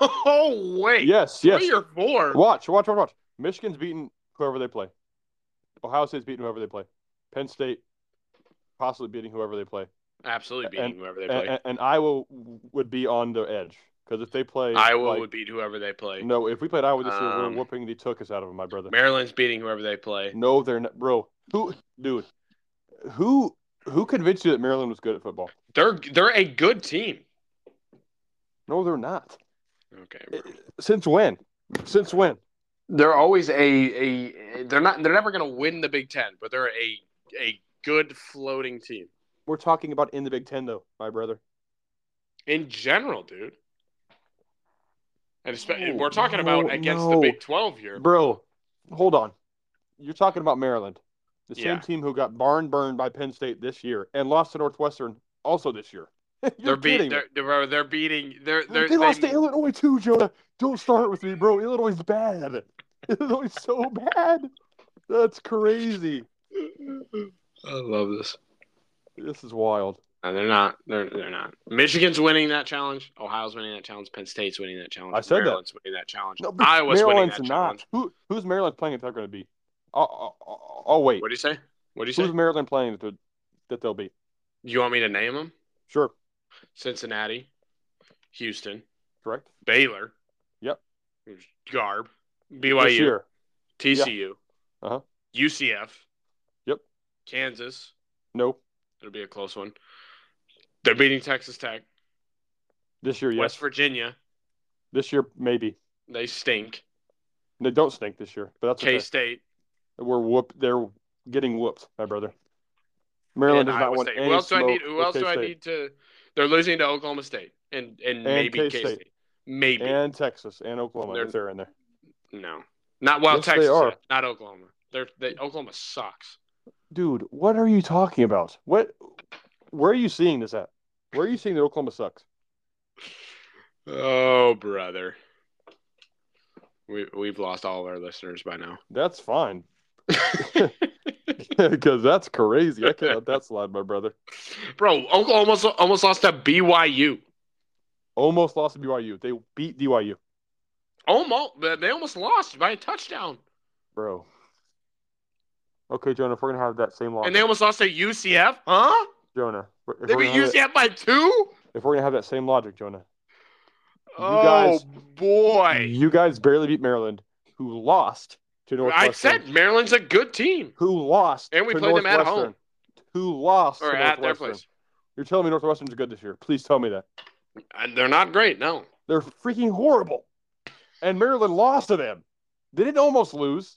S1: No way.
S2: Yes. Yes.
S1: Three or four.
S2: Watch, watch, watch, watch. Michigan's beaten whoever they play. Ohio State's beaten whoever they play. Penn State possibly beating whoever they play.
S1: Absolutely beating
S2: And-
S1: whoever they
S2: And,
S1: play.
S2: and, and Iowa would be on the edge because if they play
S1: Iowa
S2: like-
S1: would beat whoever they play.
S2: no, if we played Iowa this year,
S1: Um,
S2: we're whooping the tuckus out of them, my brother.
S1: Maryland's beating whoever they play.
S2: No, they're not, bro. Who, dude? Who, who convinced you that Maryland was good at football?
S1: They're they're a good team.
S2: No, they're not.
S1: Okay.
S2: Eh, Since when? Since when?
S1: They're always a a they're not they're never going to win the Big 10, but they're a a good floating team.
S2: We're talking about in the Big Ten, though, my brother.
S1: in general, dude. And espe-
S2: No,
S1: we're talking
S2: Oh, no,
S1: about against
S2: no.
S1: the Big Twelve here.
S2: Bro, hold on. You're talking about Maryland, the same
S1: Yeah.
S2: team who got barn burned by Penn State this year and lost to Northwestern also this year.
S1: They're
S2: You're
S1: beating.
S2: kidding me.
S1: They're, they're, they're beating. They're,
S2: They
S1: they're
S2: lost to Illinois too, Jonah. Don't start with me, bro. Illinois is bad. Illinois is so bad. That's crazy.
S1: I love this.
S2: This is wild.
S1: No, they're not. They're they're not. Michigan's winning that challenge. Ohio's winning that challenge. Penn State's winning that challenge.
S2: I said that.
S1: Maryland's winning that challenge.
S2: No, but
S1: Iowa's
S2: Maryland's
S1: winning that
S2: not.
S1: challenge.
S2: Who, who's Maryland playing that they're going to be? I'll, I'll, I'll wait.
S1: What do you say? What do you say?
S2: Who's Maryland playing that, they're- that they'll be?
S1: You want me to name them?
S2: Sure.
S1: Cincinnati, Houston,
S2: Correct.
S1: Baylor.
S2: Yep.
S1: Garb,
S2: This
S1: BYU,
S2: year.
S1: TCU,
S2: Uh-huh.
S1: UCF,
S2: Yep.
S1: Kansas.
S2: No.
S1: It'll be a close one. They're beating Texas Tech,
S2: This year, yes.
S1: West Virginia.
S2: This year, maybe.
S1: They stink.
S2: They don't stink this year, but that's okay.
S1: K State,
S2: We're whoop. They're getting whooped, my brother. Maryland does not want any
S1: Who else do I
S2: smoke
S1: need? Who
S2: with
S1: else do I
S2: K-State
S1: need to? They're losing to Oklahoma State and and, maybe K
S2: K-State.
S1: State. Maybe
S2: And Texas and Oklahoma.
S1: They're-
S2: if they're in there.
S1: no. Not well.
S2: Yes, they
S1: Texas,
S2: are.
S1: not Oklahoma. They're they, Oklahoma sucks.
S2: Dude, what are you talking about? What? Where are you seeing this at? Where are you seeing that Oklahoma sucks?
S1: Oh brother. We we've lost all of our listeners by now.
S2: That's fine because that's crazy. I can't let that slide, my brother.
S1: Bro, Oklahoma almost, almost lost to BYU.
S2: Almost lost to BYU. They beat BYU,
S1: Almost, they almost lost by a touchdown,
S2: bro. Okay, Jonah, if we're gonna have that same logic,
S1: and they almost lost to UCF, huh?
S2: Jonah, if we're
S1: They
S2: gonna
S1: beat
S2: have that-
S1: UCF by two.
S2: if we're gonna have that same logic, Jonah,
S1: oh
S2: guys-
S1: boy!
S2: you guys barely beat Maryland, who lost to Northwestern.
S1: I said Maryland's a good team.
S2: who lost,
S1: And we
S2: to
S1: played them at home.
S2: Northwestern. Who lost
S1: Or
S2: to
S1: at their
S2: Northwestern.
S1: place,
S2: You're telling me Northwestern's good this year? Please tell me that
S1: and they're not great. No,
S2: they're freaking horrible, and Maryland lost to them. They didn't almost lose;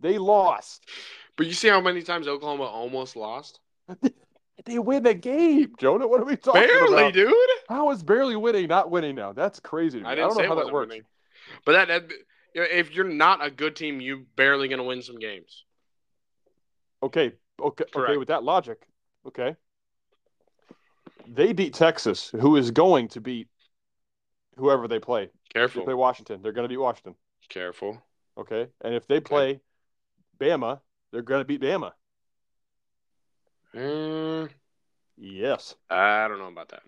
S2: they lost.
S1: but you see how many times Oklahoma almost lost?
S2: They win the game, Jonah. What are we talking
S1: Barely,
S2: about?
S1: dude.
S2: How is barely winning not winning now? That's crazy. To me.
S1: I didn't
S2: don't
S1: say
S2: know how
S1: it
S2: that
S1: wasn't
S2: works.
S1: winning. But that, that you know, if you're not a good team, you barely going to win some games.
S2: Okay, okay, okay.
S1: Correct.
S2: With that logic, okay. They beat Texas, who is going to beat whoever they play. They play
S1: Careful,
S2: Washington. They're going to beat Washington.
S1: careful.
S2: Okay. And if they play Bama, they're going to beat Bama.
S1: Mm,
S2: Yes.
S1: I don't know about that.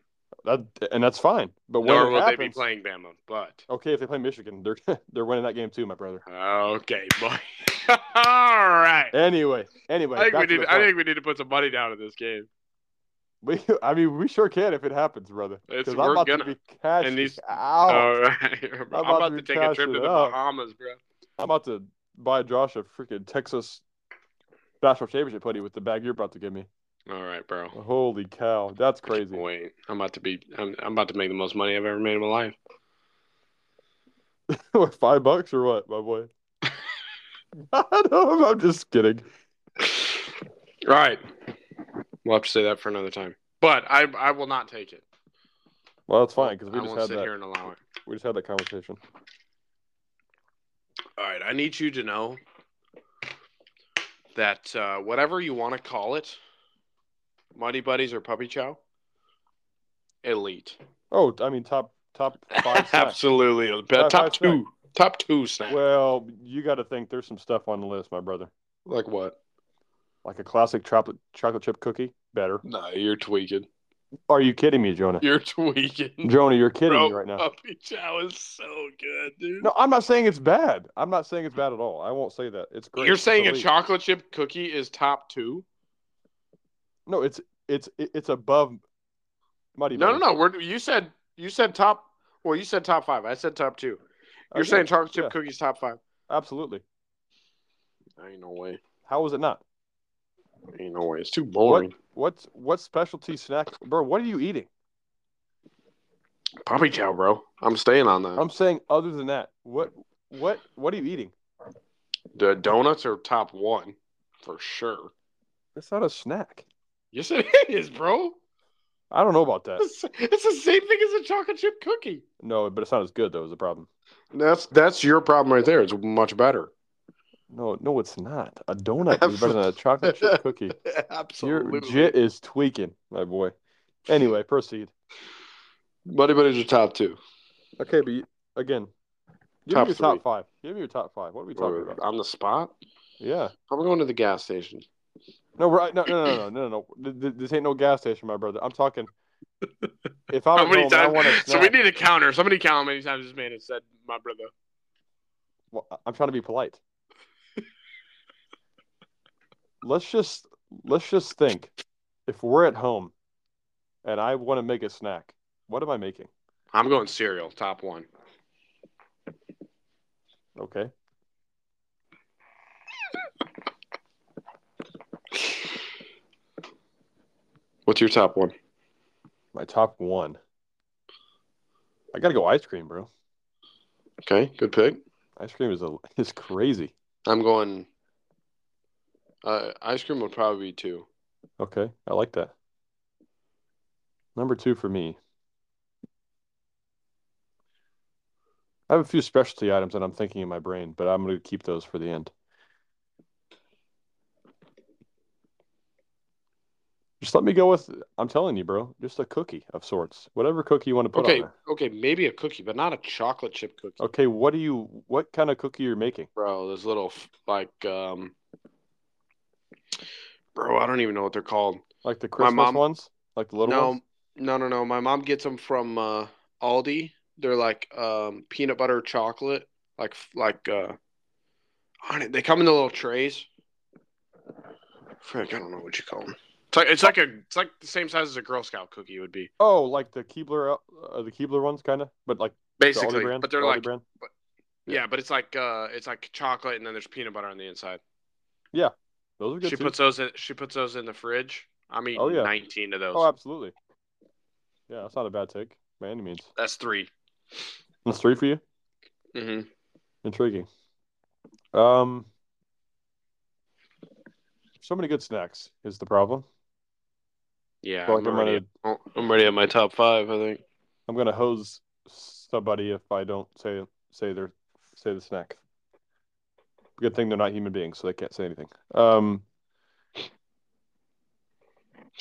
S2: That and that's fine. But when
S1: Nor
S2: it
S1: will
S2: happens,
S1: they be playing Bama, but
S2: Okay, if they play Michigan, they're they're winning that game too, my brother.
S1: okay, boy. All right.
S2: Anyway, anyway,
S1: I think,
S2: back
S1: we
S2: to
S1: need,
S2: the
S1: I
S2: point.
S1: think we need to put some money down in this game.
S2: we, I mean, we sure can if it happens, brother.
S1: It's-
S2: 'Cause
S1: we're
S2: I'm about
S1: gonna.
S2: to be cashing
S1: And these- uh,
S2: out.
S1: All right. I'm about,
S2: Oh. about to
S1: to
S2: be
S1: take a trip
S2: cashing
S1: to the
S2: out.
S1: Bahamas, bro.
S2: I'm about to buy Josh a freaking Texas National Championship hoodie with the bag you're about to give me.
S1: All right, bro.
S2: Holy cow, that's crazy.
S1: Wait, I'm about to be. I'm, I'm about to make the most money I've ever made in my life.
S2: What, Five bucks or what, my boy? I don't, I'm just kidding.
S1: All right. We'll have to say that for another time. But I I will not take it.
S2: Well, that's fine because
S1: I
S2: we just
S1: won't
S2: had
S1: sit
S2: that.
S1: here and allow it.
S2: We just had that conversation.
S1: All right. I need you to know that uh, whatever you want to call it, Muddy Buddies or Puppy Chow, elite.
S2: Oh, I mean top top five. snacks.
S1: Absolutely.
S2: Top
S1: Top,
S2: five
S1: two. Top two snack.
S2: Well, you got to think there's some stuff on the list, my brother.
S1: Like what?
S2: Like a classic chocolate chocolate chip cookie, better.
S1: No, you're tweaking.
S2: Are you kidding me, Jonah?
S1: You're tweaking.
S2: Jonah, you're kidding
S1: Bro,
S2: me right now.
S1: Puppy Chow is so good, dude.
S2: no, I'm not saying it's bad. I'm not saying it's bad at all. I won't say that. It's great.
S1: You're
S2: It's
S1: saying a
S2: elite.
S1: chocolate chip cookie is top two?
S2: No, it's it's it's above. Muddy
S1: No, no,
S2: Buddies.
S1: no. We're, you said you said top. Well, you said top five. I said top two. You're
S2: Okay,
S1: saying chocolate chip
S2: Oh, yeah.
S1: cookies top five?
S2: absolutely.
S1: Ain't no way.
S2: How is it not?
S1: Ain't no way. It's too
S2: What
S1: boring.
S2: what's what specialty snack, bro? What are you eating?
S1: Puppy chow, bro. I'm staying on that.
S2: I'm saying other than that, what what what are you eating?
S1: the donuts are top one for sure.
S2: That's not a snack.
S1: Yes, it is, bro.
S2: I don't know about that.
S1: It's, it's the same thing as a chocolate chip cookie.
S2: No, but it's not as good though. Is the problem?
S1: That's that's your problem right there. It's much better.
S2: No, no, it's not. A donut is better than a chocolate chip cookie. Your jit is tweaking, my boy. Anyway, proceed.
S1: Buddy Buddies are top two.
S2: Okay, but you, again, give
S1: Top
S2: me your
S1: three.
S2: top five. Give me your top five. What are we talking about?
S1: On the spot?
S2: Yeah.
S1: I'm going to the gas station.
S2: No, right? No, no, no, no, no, no. Th- th- This ain't no gas station, my brother. I'm talking. If I'm
S1: How
S2: at
S1: many
S2: home, I want a
S1: times? So we
S2: snack.
S1: need a counter. Somebody count how many times this man has said "my brother."
S2: Well, I- I'm trying to be polite. let's just let's just think. If we're at home, and I want to make a snack, what am I making?
S1: I'm going cereal, top one.
S2: Okay.
S1: What's your top one?
S2: My top one. I gotta go ice cream, bro.
S1: Okay, good pick.
S2: Ice cream is a is crazy.
S1: I'm going. Uh, ice cream would probably be two.
S2: Okay, I like that. Number two for me. I have a few specialty items that I'm thinking in my brain, but I'm gonna keep those for the end. Just let me go with I'm telling you, bro, just a cookie of sorts. Whatever cookie you want to put
S1: Okay,
S2: on there.
S1: okay, maybe a cookie, but not a chocolate chip cookie,
S2: Okay, what do you what kind of cookie you're making?
S1: bro. Those little f- like, um, bro, I don't even know what they're called.
S2: Like the Christmas
S1: mom-
S2: ones? Like the little
S1: no,
S2: ones?
S1: no, no, no. My mom gets them from uh, Aldi. They're like um, peanut butter chocolate, like like uh, on it. They come in the little trays. Frick, I don't know what you call them. It's like it's like a it's like the same size as a Girl Scout cookie would be
S2: Oh, like the Keebler, uh, the Keebler ones, kind of, but like the Aldi
S1: basically,
S2: brand,
S1: but they're
S2: Aldi
S1: like
S2: brand.
S1: yeah. but it's like uh it's like chocolate and then there's peanut butter on the inside.
S2: those are good.
S1: She
S2: too.
S1: puts those in she puts those in the fridge. I'm eating
S2: Oh, yeah.
S1: 19 of those.
S2: Oh, absolutely. Yeah, that's not a bad take by any means.
S1: That's 3
S2: That's three for you.
S1: Mm-hmm.
S2: Intriguing. Um, so many good snacks is the problem.
S1: Yeah,
S2: Well,
S1: I'm,
S2: I'm
S1: already, I'm already at my top five. I think.
S2: I'm gonna hose somebody if I don't say say their say the snack. Good thing they're not human beings, so they can't say anything. Um,
S1: It's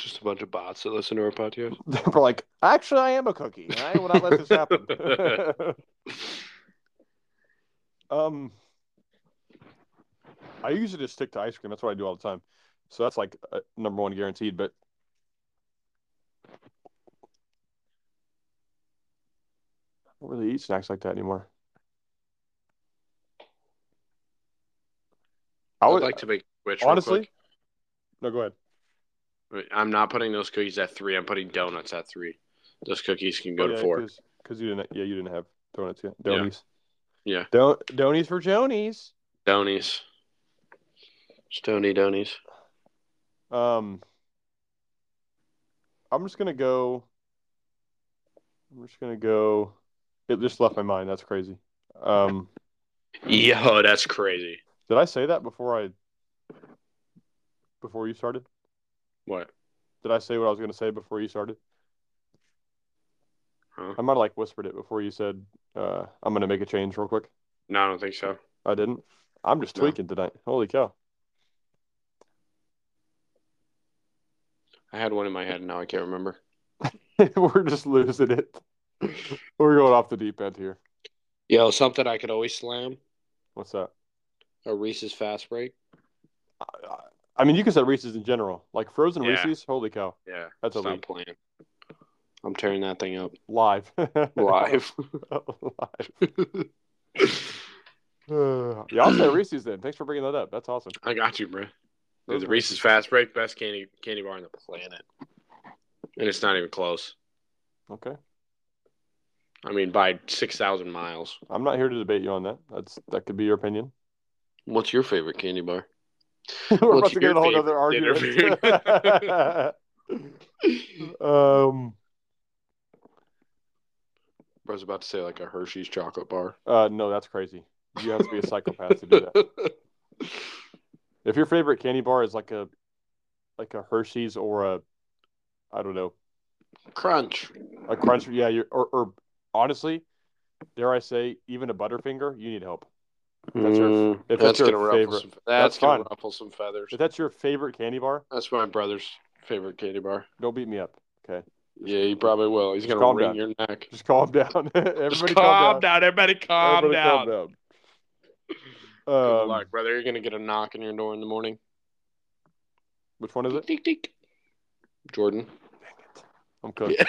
S1: Just a bunch of bots that listen to our podcast.
S2: they were like, actually, I am a cookie. and I will not let this happen. um, I usually just stick to ice cream. That's what I do all the time. So that's like uh, number one guaranteed. But I don't really eat snacks like that anymore. I
S1: I
S2: would
S1: would like to make which
S2: honestly. No, go ahead.
S1: I'm not putting those cookies at three. I'm putting donuts at three. Those cookies can go
S2: Oh,
S1: to
S2: yeah,
S1: four.
S2: Because you didn't. Yeah, you didn't have donuts yet.
S1: Yeah.
S2: Donies.
S1: Yeah.
S2: Don't donies for Jonies.
S1: Donies. Stony Donies.
S2: Um, I'm just gonna go. I'm just gonna go. It just left my mind. That's crazy. Um,
S1: Yo, that's crazy.
S2: did I say that before I? Before you started,
S1: What?
S2: did I say what I was gonna say before you started?
S1: Huh?
S2: I might have like whispered it before you said. Uh, I'm gonna make a change real quick.
S1: No, I don't think so.
S2: I didn't. I'm just
S1: No.
S2: tweaking tonight. Holy cow!
S1: I had one in my head and now I can't remember.
S2: We're just losing it. We're going off the deep end here.
S1: Yo, something I could always slam
S2: What's that?
S1: a Reese's fast break.
S2: I, I mean, you can say Reese's in general, like frozen
S1: Yeah.
S2: Reese's. Holy cow!
S1: Yeah,
S2: That's a
S1: stop
S2: leap.
S1: playing. I'm tearing that thing up
S2: live.
S1: live.
S2: live. Uh, yeah, I'll say Reese's then. Thanks for bringing that up. That's awesome.
S1: I got you, bro. Dude,
S2: Those
S1: the
S2: are-
S1: Reese's Fast Break, best candy candy bar on the planet, and it's not even close.
S2: Okay,
S1: I mean, by six thousand miles.
S2: I'm not here to debate you on that. That's that could be your opinion.
S1: What's your favorite candy bar?
S2: We're about
S1: What's
S2: to get
S1: your
S2: in a whole
S1: favorite
S2: other
S1: dinner
S2: argument. um,
S1: I was about to say like a Hershey's chocolate bar.
S2: uh, no, that's crazy. You have to be a psychopath to do that. If your favorite candy bar is like a like a Hershey's or a I don't know
S1: Crunch.
S2: a crunch yeah you're, or, or honestly dare i say even a butterfinger you need help That's your-
S1: Mm,
S2: if
S1: that's
S2: that's your
S1: gonna ruffle
S2: favorite-
S1: some. That's,
S2: that's
S1: gonna
S2: fine.
S1: ruffle some feathers.
S2: if that's your favorite candy bar
S1: That's my brother's favorite candy bar.
S2: don't beat me up okay
S1: Yeah, he probably will. He's
S2: Just
S1: gonna
S2: calm
S1: wring
S2: down.
S1: your neck.
S2: just calm down everybody
S1: Just
S2: calm, down,
S1: Everybody calm
S2: everybody
S1: down.
S2: calm down
S1: Good
S2: um,
S1: luck, brother. You're gonna get a knock on your door in the morning.
S2: which one is it
S1: Tick, tick, tick. Jordan.
S2: i'm cooked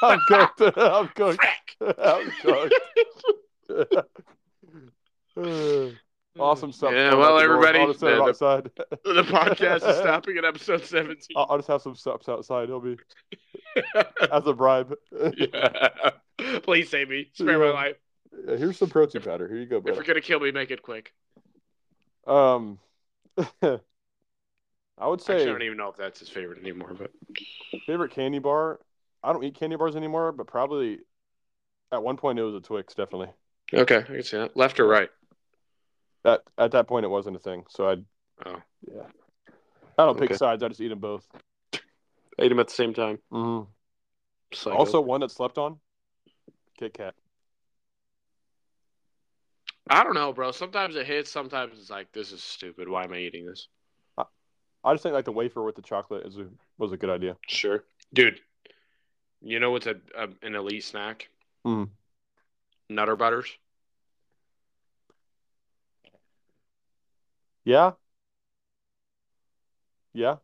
S2: i'm cooked i'm cooked
S1: Frick.
S2: i'm cooked awesome stuff
S1: Yeah,
S2: Going
S1: well,
S2: out the door.
S1: everybody,
S2: I'll just set it
S1: the-
S2: outside
S1: The podcast is stopping at episode 17.
S2: I'll, I'll just have some stops outside he'll be as a bribe
S1: Yeah. Please save me. Spare my
S2: Yeah.
S1: life.
S2: here's some protein powder here you go
S1: If
S2: brother.
S1: you're gonna kill me, make it quick.
S2: Um, I would
S1: Actually, I
S2: say
S1: don't even know if that's his favorite anymore, but
S2: favorite candy bar. I don't eat candy bars anymore, but probably at one point it was a Twix, definitely.
S1: okay, I can see that. Left or right?
S2: At at that point, it wasn't a thing, so I'd
S1: Oh,
S2: yeah. I don't
S1: Okay.
S2: pick sides. I just eat them both.
S1: ate them at the same time.
S2: Mm.
S1: Psycho.
S2: Also, one that slept on, Kit Kat.
S1: I don't know, bro. Sometimes it hits. Sometimes it's like, this is stupid. Why am I eating this?
S2: I just think like the wafer with the chocolate is a, was a good idea.
S1: Sure, dude. You know what's a, a an elite snack? Hmm.
S2: Mm.
S1: Nutter butters.
S2: Yeah, yeah,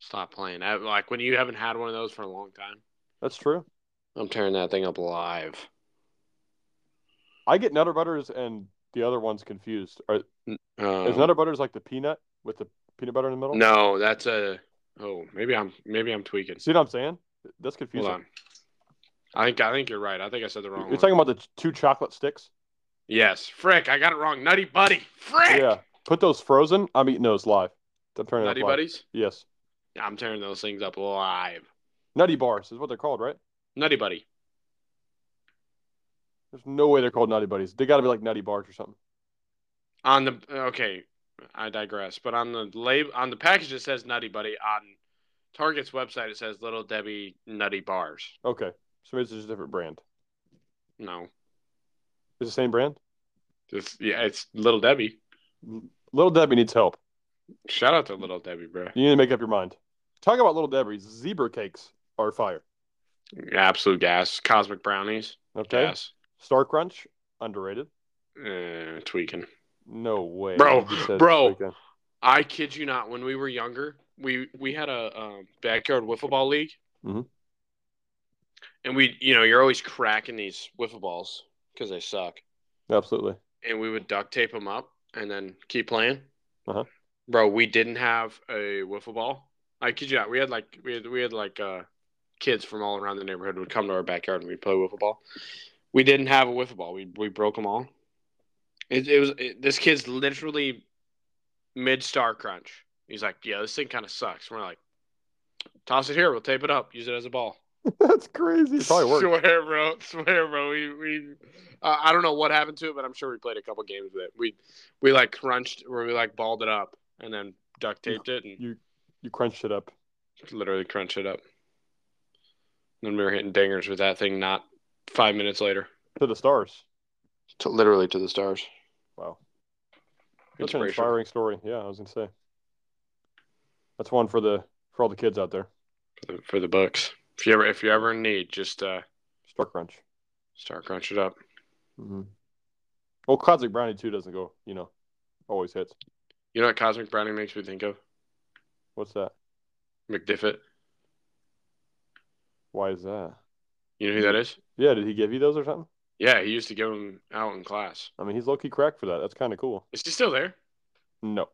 S1: Stop playing. I, like when you haven't had one of those for a long time.
S2: that's true.
S1: I'm tearing that thing up live.
S2: I get Nutter Butters and the other one's confused. Are,
S1: Uh,
S2: Is Nutter Butters like the peanut with the peanut butter in the middle?
S1: no, that's a. Oh, maybe I'm maybe I'm tweaking.
S2: See what I'm saying? That's
S1: Hold
S2: confusing.
S1: on. I think I think you're right. I think I said the wrong
S2: You're
S1: one.
S2: talking about the ch- two chocolate sticks?
S1: yes, frick, I got it wrong. Nutty Buddy, frick.
S2: Yeah. Put those frozen. I'm eating those live. I'm turning it
S1: Nutty
S2: up live.
S1: Buddies.
S2: Yes.
S1: I'm tearing those things up live.
S2: Nutty bars is what they're called, right?
S1: Nutty Buddy.
S2: There's no way they're called Nutty Buddies. They got to be like Nutty Bars or something.
S1: On the okay, I digress. But on the lab on the package it says Nutty Buddy. On Target's website it says Little Debbie Nutty Bars.
S2: Okay. So maybe it's just a different brand.
S1: No,
S2: Is it the same brand?
S1: it's, yeah, it's Little Debbie.
S2: Little Debbie needs help.
S1: Shout out to Little Debbie, bro.
S2: You need to make up your mind. Talking about Little Debbie's, zebra cakes are fire.
S1: Absolute gas. Cosmic brownies.
S2: Okay.
S1: Gas.
S2: Star Crunch, underrated.
S1: Uh, tweaking.
S2: No way.
S1: Bro,
S2: You said
S1: bro.
S2: freaking-
S1: I kid you not. When we were younger, we we had a um, backyard wiffle ball league,
S2: Mhm.
S1: and we, you know, you're always cracking these wiffle balls because they suck,
S2: Absolutely.
S1: and we would duct tape them up and then keep playing.
S2: Uh-huh.
S1: Bro, we didn't have a wiffle ball. I kid you not. We had like we had we had like uh, kids from all around the neighborhood would come to our backyard and we'd play wiffle ball. We didn't have a wiffle ball. We we broke them all. It, it was it, this kid's literally mid star crunch. He's like, "Yeah, this thing kind of sucks." We're like, "Toss it here. We'll tape it up. Use it as a ball."
S2: That's crazy. It probably worked.
S1: Swear, bro. Swear, bro. We we uh, I don't know what happened to it, but I'm sure we played a couple games with it. We we like crunched where we like balled it up and then duct taped it and
S2: You crunched it up.
S1: literally crunched it up. And then we were hitting dingers with that thing. Not five minutes later,
S2: To the stars.
S1: to literally to the stars.
S2: Wow. That's an
S1: Inspiration.
S2: inspiring story. Yeah, I was gonna say. That's one for the for all the kids out there.
S1: for the books. If you ever if you ever in need, just uh,
S2: Star Crunch.
S1: start crunch it up.
S2: Mm-hmm. Well, Classic Brownie too doesn't go. You know, always hits.
S1: You know what cosmic brownie makes me think of?
S2: What's that?
S1: McDiffit.
S2: Why is that?
S1: You know who that is?
S2: Yeah, did he give you those or something?
S1: Yeah, he used to give them out in class.
S2: I mean, he's low key cracked for that. That's kind of cool.
S1: Is he still there?
S2: No,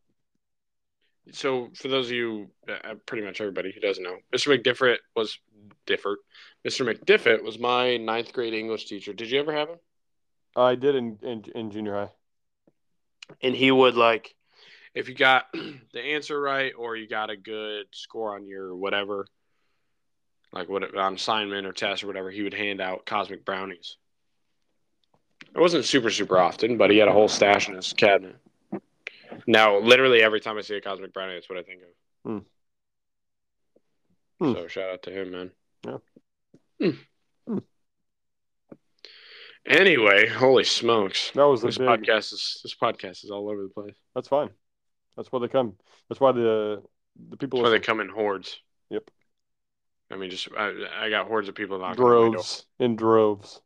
S1: So, for those of you, uh, pretty much everybody who doesn't know, Mr. McDiffit was different. Mr. McDiffit was my ninth grade English teacher. Did you ever have him?
S2: I did in in, in junior high.
S1: and he would like if you got the answer right or you got a good score on your whatever like what on assignment or test or whatever he would hand out cosmic brownies it wasn't super super often but he had a whole stash in his cabinet now literally every time i see a cosmic brownie that's what i think of
S2: Hmm. Hmm.
S1: so shout out to him man
S2: Yeah.
S1: Hmm.
S2: Hmm.
S1: anyway holy smokes
S2: That was the
S1: this
S2: big.
S1: podcast is this podcast is all over the place.
S2: That's fine. That's why they come. That's why the the people.
S1: That's why they
S2: listen.
S1: come in hordes.
S2: Yep.
S1: I mean, just I, I got hordes of people knocking on my door.
S2: droves in droves.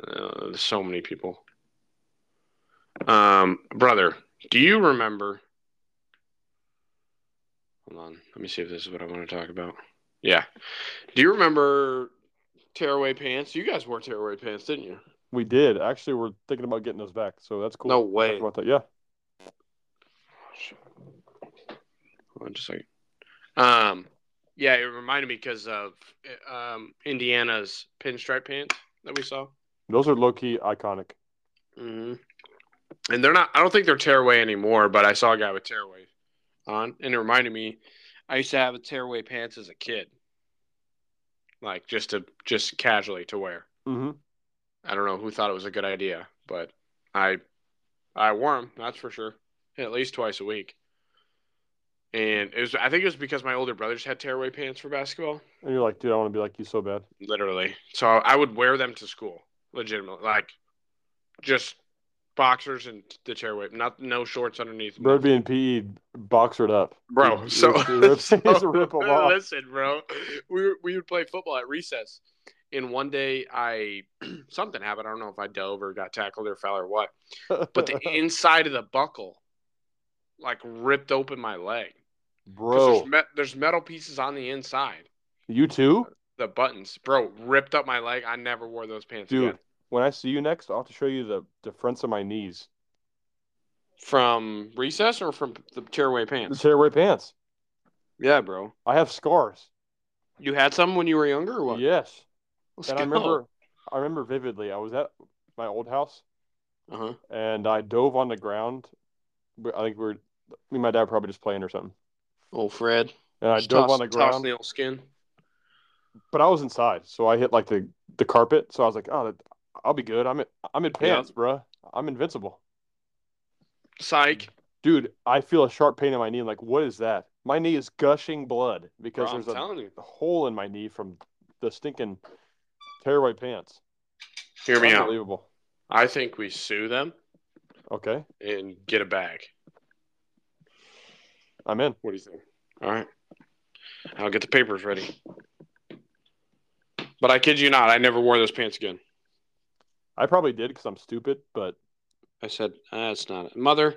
S1: Uh, there's so many people. Um, brother, do you remember? Hold on, let me see if this is what I want to talk about. Yeah, do you remember tearaway pants? You guys wore tearaway pants, didn't you?
S2: We did actually. We're thinking about getting those back, so that's cool.
S1: No
S2: Talk
S1: way.
S2: about that. Yeah.
S1: Hold on just a second. Um, yeah, it reminded me because of um, Indiana's pinstripe pants that we saw.
S2: Those are low key iconic.
S1: hmm And they're not. I don't think they're tearaway anymore. But I saw a guy with tearaway on, and it reminded me. I used to have a tearaway pants as a kid, like just to just casually to wear.
S2: Mm-hmm.
S1: I don't know who thought it was a good idea, but I I wore them. That's for sure, at least twice a week. And it was. I think it was because my older brothers had tearaway pants for basketball.
S2: And you're like, dude, I want to be like you so bad.
S1: Literally. So I would wear them to school, legitimately, like just boxers and the tearaway, not no shorts underneath.
S2: Bird being PE boxered up.
S1: bro.
S2: He-
S1: So,
S2: he rips-
S1: so-
S2: he's rip 'em off.
S1: listen, bro. We were, we would play football at recess, and one day I something happened. I don't know if I dove or got tackled or fell or what, but the inside of the buckle like ripped open my leg. 'Cause
S2: bro,
S1: There's, me- there's metal pieces on the inside.
S2: you too?
S1: the buttons, bro, ripped up my leg. I never wore those pants
S2: Dude,
S1: again.
S2: when I see you next, I'll have to show you the, the fronts of my knees.
S1: From recess or from the tearaway
S2: The
S1: pants?
S2: tearaway pants.
S1: Yeah, bro.
S2: I have scars.
S1: You had some when you were younger, or what?
S2: Yes.
S1: Let's
S2: and I remember I remember vividly. I was at my old house
S1: Uh huh.
S2: and I dove on the ground. But I think we were me and my dad were probably just playing or something.
S1: Old Fred.
S2: And I
S1: Just
S2: dove
S1: toss-
S2: on the
S1: Toss
S2: ground.
S1: the old skin.
S2: but I was inside, so I hit like the the carpet. So I was like, "Oh, that, I'll be good. I'm in, I'm in
S1: Yeah.
S2: pants, bruh. I'm invincible,
S1: Psych.
S2: dude. I feel a sharp pain in my knee. I'm like, what is that? My knee is gushing blood because
S1: Bro, I'm
S2: there's a
S1: telling you.
S2: hole in my knee from the stinking tearaway pants.
S1: Hear me out.
S2: Unbelievable.
S1: I think we sue them
S2: Okay,
S1: and get a bag.
S2: I'm in.
S1: What do you think? All right. I'll get the papers ready. But I kid you not, I never wore those pants again.
S2: I probably did because I'm stupid, but
S1: I said, that's not it. Mother,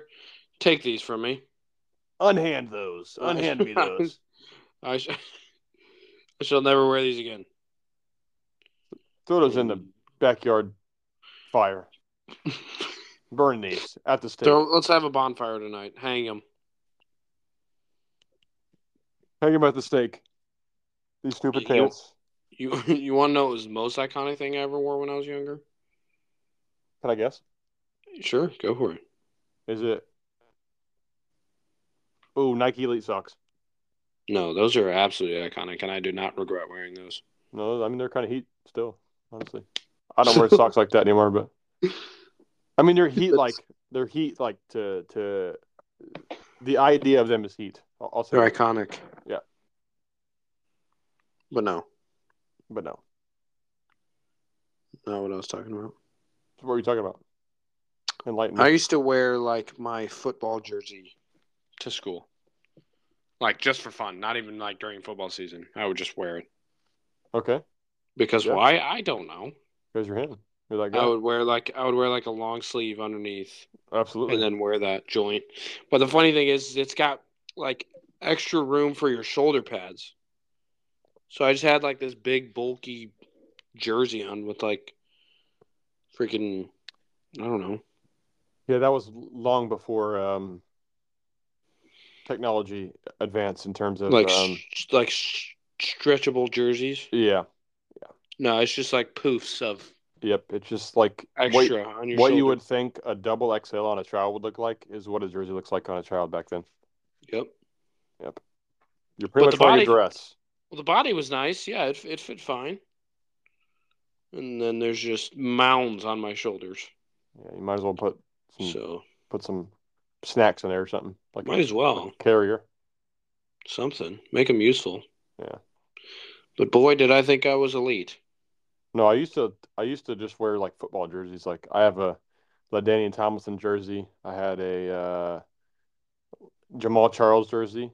S1: take these from me.
S2: unhand those. Unhand me those.
S1: I, sh- I shall never wear these again.
S2: Throw those in the backyard fire. Burn these at the stake.
S1: Throw, let's have a bonfire tonight. Hang them.
S2: Hang them at the stake. These stupid
S1: You-
S2: pants.
S1: You you want to know what was the most iconic thing I ever wore when I was younger?
S2: Can I guess?
S1: Sure, go for it.
S2: Is it? Oh, Nike Elite socks.
S1: No, those are absolutely iconic, and I do not regret wearing those.
S2: No, I mean they're kind of heat still. Honestly, I don't wear socks like that anymore. But I mean, they're heat like they're heat like to to the idea of them is heat. I'll, I'll say,
S1: They're
S2: that,
S1: iconic.
S2: Yeah.
S1: But no,
S2: but no.
S1: not what I was talking about.
S2: What are you talking about? Enlighten
S1: I
S2: me.
S1: used to wear like my football jersey to school, like just for fun, not even like during football season. I would just wear it
S2: Okay,
S1: because
S2: Yeah.
S1: why? I don't know.
S2: raise your hand. You're like,
S1: I
S2: yeah,
S1: would wear like I would wear like a long sleeve underneath
S2: absolutely.
S1: and then wear that joint. But the funny thing is, it's got like extra room for your shoulder pads. So I just had like this big bulky jersey on with like freaking I don't know.
S2: yeah, that was long before um, technology advanced in terms of
S1: Like
S2: um,
S1: s- like s- stretchable jerseys.
S2: yeah,
S1: No, it's just like poofs of
S2: yep. It's just like
S1: extra
S2: wait,
S1: on your
S2: what
S1: shoulder.
S2: you would think a double XL on a child would look like is what a jersey looks like on a child back then.
S1: Yep.
S2: You're pretty
S1: But
S2: much
S1: the
S2: wearing a
S1: body-
S2: dress.
S1: Well, the body was nice. Yeah, it it fit fine. And then there's just mounds on my shoulders.
S2: Yeah, you might as well put some,
S1: So
S2: put some snacks in there or something like
S1: might as well.
S2: a carrier.
S1: something make them useful
S2: Yeah.
S1: but boy did i think i was elite
S2: No, I used to I used to just wear like football jerseys. Like I have a Ladanian Tomlinson jersey. I had a uh, Jamal Charles jersey.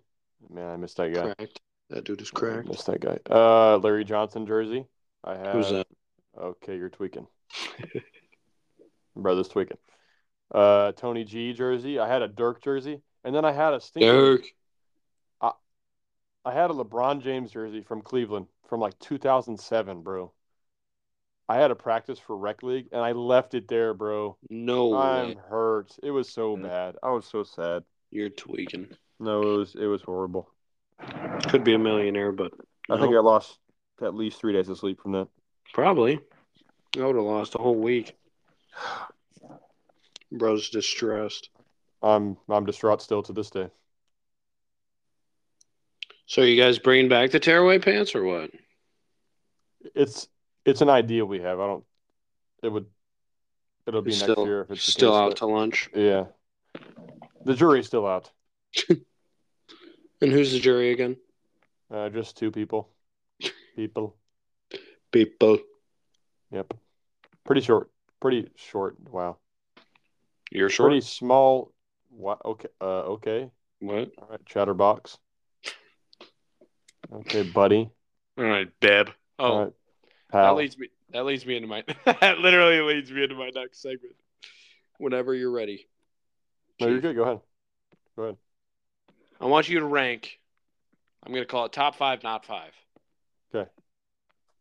S2: Man, I missed that guy.
S1: cracked that dude is
S2: I
S1: cracked
S2: missed that guy. Uh, Larry Johnson jersey. I had.
S1: who's that
S2: Okay, you're tweaking. Brother's tweaking. Uh, Tony G jersey. I had a Dirk jersey, and then I had a stinking,
S1: Dirk.
S2: I had a LeBron James jersey from Cleveland from like 2007, bro. I had a practice for rec league, and I left it there, bro.
S1: no way.
S2: I'm hurt. It was so
S1: Yeah.
S2: bad. I was so sad.
S1: you're tweaking
S2: No, it was it was horrible.
S1: could be a millionaire but
S2: I think
S1: no.
S2: I lost at least three days of sleep from that.
S1: probably i would have lost a whole week bro's distressed
S2: I'm I'm distraught still to this day.
S1: so you guys bringing back the tearaway pants or what
S2: it's it's an idea we have. I don't. It would. It'll be
S1: It's
S2: next
S1: still,
S2: year if it's the
S1: still
S2: case,
S1: out
S2: but-
S1: to lunch
S2: yeah, the jury's still out.
S1: and who's the jury again
S2: Uh, just two people. People.
S1: people
S2: Yep. Pretty short. Pretty short. Wow.
S1: you're short
S2: Pretty small. What? Okay. Uh, okay.
S1: what
S2: All right. Chatterbox. Okay, buddy.
S1: all right beb
S2: All
S1: oh
S2: right,
S1: That
S2: pal.
S1: leads me. That leads me into my. that literally leads me into my next segment. Whenever you're ready,
S2: No, you're
S1: Chief,
S2: good. Go ahead.
S1: I want you to rank. I'm gonna call it top five, not five.
S2: Okay.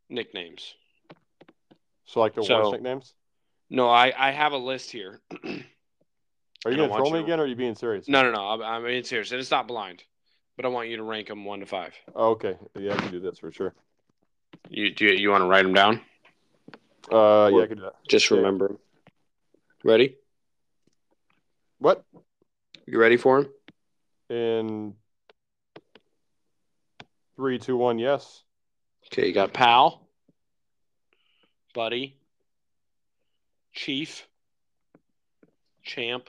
S1: nicknames.
S2: So like the
S1: So-
S2: worst nicknames.
S1: No, I, I have a list here.
S2: Are you
S1: I don't
S2: gonna troll
S1: want
S2: me
S1: you-
S2: again, or are you being serious?
S1: no, no, no. I'm, I'm being serious. And it's not blind, but I want you to rank them one to five.
S2: Oh, okay. Yeah, I can do this for sure.
S1: You do you, you want to write them down?
S2: Uh, yeah,
S1: Well-
S2: I can do that.
S1: Just
S2: Yeah.
S1: remember 'em. Ready?
S2: What
S1: You ready for him?
S2: in three, two, one? Yes.
S1: Okay, you got pal, buddy, chief, champ,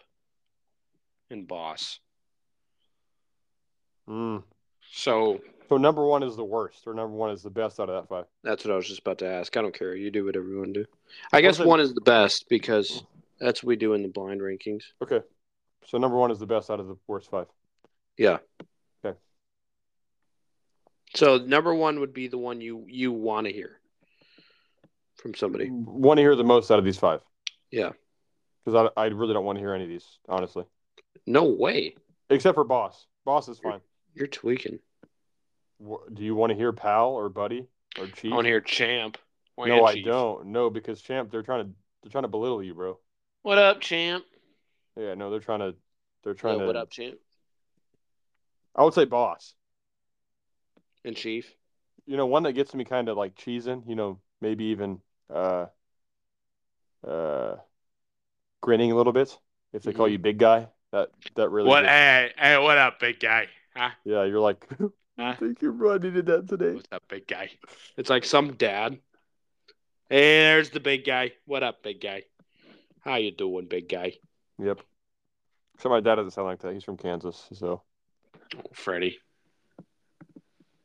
S1: and boss.
S2: Mm.
S1: So
S2: So number one is the worst, or number one is the best out of that five.
S1: That's what I was just about to ask. I don't care. You do what everyone do. I guess
S2: then-
S1: one is the best because that's what we do in the blind rankings.
S2: Okay. So number one is the best out of the worst five.
S1: Yeah.
S2: Okay.
S1: So number one would be the one you you want to hear from somebody.
S2: Want to hear the most out of these five?
S1: Yeah.
S2: Because I, I really don't want to hear any of these, honestly.
S1: No way.
S2: Except for boss. Boss is fine.
S1: You're tweaking.
S2: Wh- Do you want to hear pal or buddy or chief?
S1: I want to hear champ. Why
S2: no,
S1: not,
S2: I
S1: Chief?
S2: don't. No, because champ, they're trying to they're trying to belittle you, bro.
S1: What up, champ?
S2: Yeah, no, they're trying to they're trying
S1: Yeah,
S2: to.
S1: what up, champ?
S2: I would say boss.
S1: And chief.
S2: You know, one that gets me kind of like cheesing. You know, maybe even uh, uh, grinning a little bit if they call
S1: Mhm.
S2: you big guy. That that really. gets-
S1: Hey, hey, what up, big guy? Huh?
S2: Yeah, you're like,
S1: Huh?
S2: think your buddy did that today.
S1: What's up, big guy? It's like some dad. Hey, there's the big guy. What up, big guy? How you doing, big guy?
S2: Yep. So my dad doesn't sound like that. He's from Kansas, so
S1: Oh, Freddie.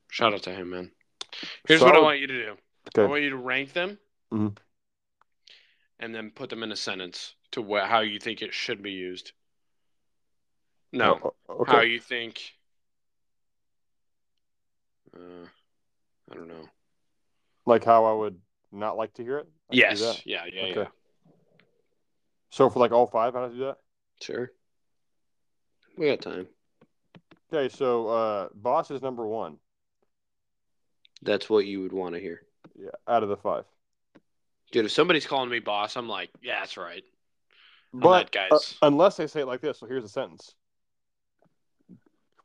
S1: Shout out to him, man. Here's
S2: So
S1: what I
S2: would-
S1: want you to do. I
S2: Okay.
S1: want you to rank them,
S2: Mhm.
S1: and then put them in a sentence to what how you think it should be used. No,
S2: Oh, oh,
S1: how
S2: okay.
S1: you think. Uh, I don't know.
S2: Like how I would not like to hear it. I could do
S1: Yes.
S2: that.
S1: Yeah. Yeah.
S2: Okay.
S1: Yeah.
S2: So for like all five, how to do that?
S1: Sure. We got time.
S2: Okay, so uh, boss is number one.
S1: That's what you would want to hear.
S2: Yeah, out of the five.
S1: Dude, if somebody's calling me boss, I'm like, yeah, that's right.
S2: But
S1: that
S2: uh,
S1: guy's-
S2: unless they say it like this, so here's a sentence.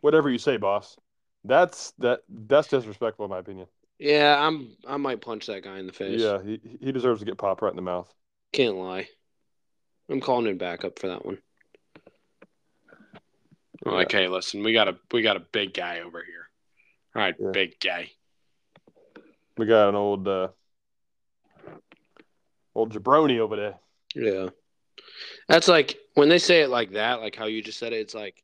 S2: Whatever you say, boss. That's that. That's disrespectful, in my opinion.
S1: Yeah, I'm. I might punch that guy in the face.
S2: Yeah, he, he deserves to get popped right in the mouth.
S1: Can't lie. I'm calling in backup for that one.
S2: Yeah.
S1: Like, hey, listen, we got a we got a big guy over here. All right,
S2: Yeah.
S1: big guy.
S2: We got an old uh, old jabroni over there.
S1: Yeah. That's like when they say it like that, like how you just said it, it's like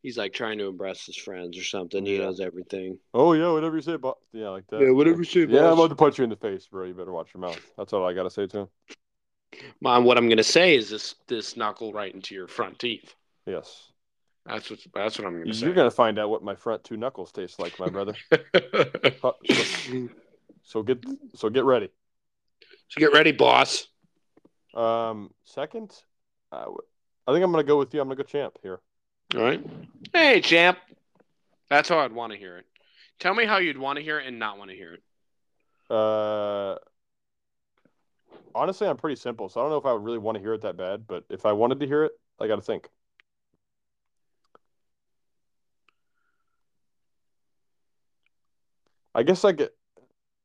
S1: he's like trying to impress his friends or something. He
S2: Yeah.
S1: knows everything.
S2: Oh yeah, whatever you say, boss. Yeah, like that.
S1: you say,
S2: Yeah, I'm about to punch you in the face, bro. You better watch your mouth. That's all I gotta say to him.
S1: Mom, what I'm gonna say is this this knuckle right into your front teeth.
S2: Yes,
S1: That's what that's what I'm gonna say.
S2: you're gonna find out what my front two knuckles taste like, my brother. Huh, so- so get so get ready.
S1: so get ready, boss.
S2: Um, second, I would- I think I'm gonna go with you. I'm gonna go champ here.
S1: All right. Hey, champ. That's how I'd want to hear it. Tell me how you'd want to hear it and not want to hear it.
S2: Uh, honestly, I'm pretty simple, so I don't know if I would really want to hear it that bad. But if I wanted to hear it, I gotta think. I guess I get,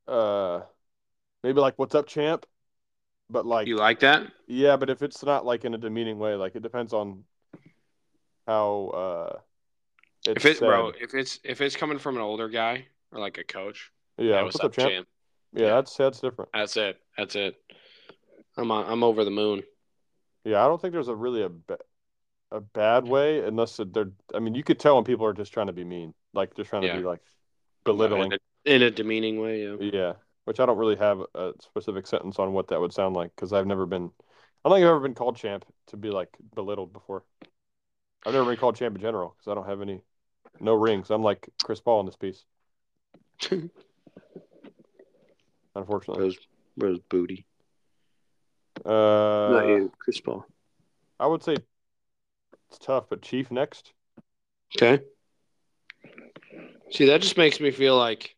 S2: uh, maybe like "What's up, champ," but like
S1: You like that?
S2: Yeah, but if it's not like in a demeaning way, like it depends on how uh it's
S1: If it,
S2: said.
S1: bro, if it's if it's coming from an older guy or like a coach,
S2: yeah,
S1: "Hey,
S2: what's up, champ? Yeah,
S1: Yeah.
S2: that's that's different.
S1: That's it. That's it. I'm on, I'm over the moon.
S2: Yeah, I don't think there's a really a ba- a bad way unless it- they're. I mean, you could tell when people are just trying to be mean, like just trying to
S1: Yeah.
S2: be like belittling.
S1: In a, in a demeaning way. Yeah.
S2: Yeah, which I don't really have a specific sentence on what that would sound like because I've never been. I don't think I've ever been called champ to be like belittled before. I've never been called champ in general because I don't have any, no rings. I'm like Chris Paul in this piece. Unfortunately,
S1: Where's where's booty? Not
S2: uh,
S1: you, Chris Paul.
S2: I would say it's tough, but Chief next.
S1: Okay. See, that just makes me feel like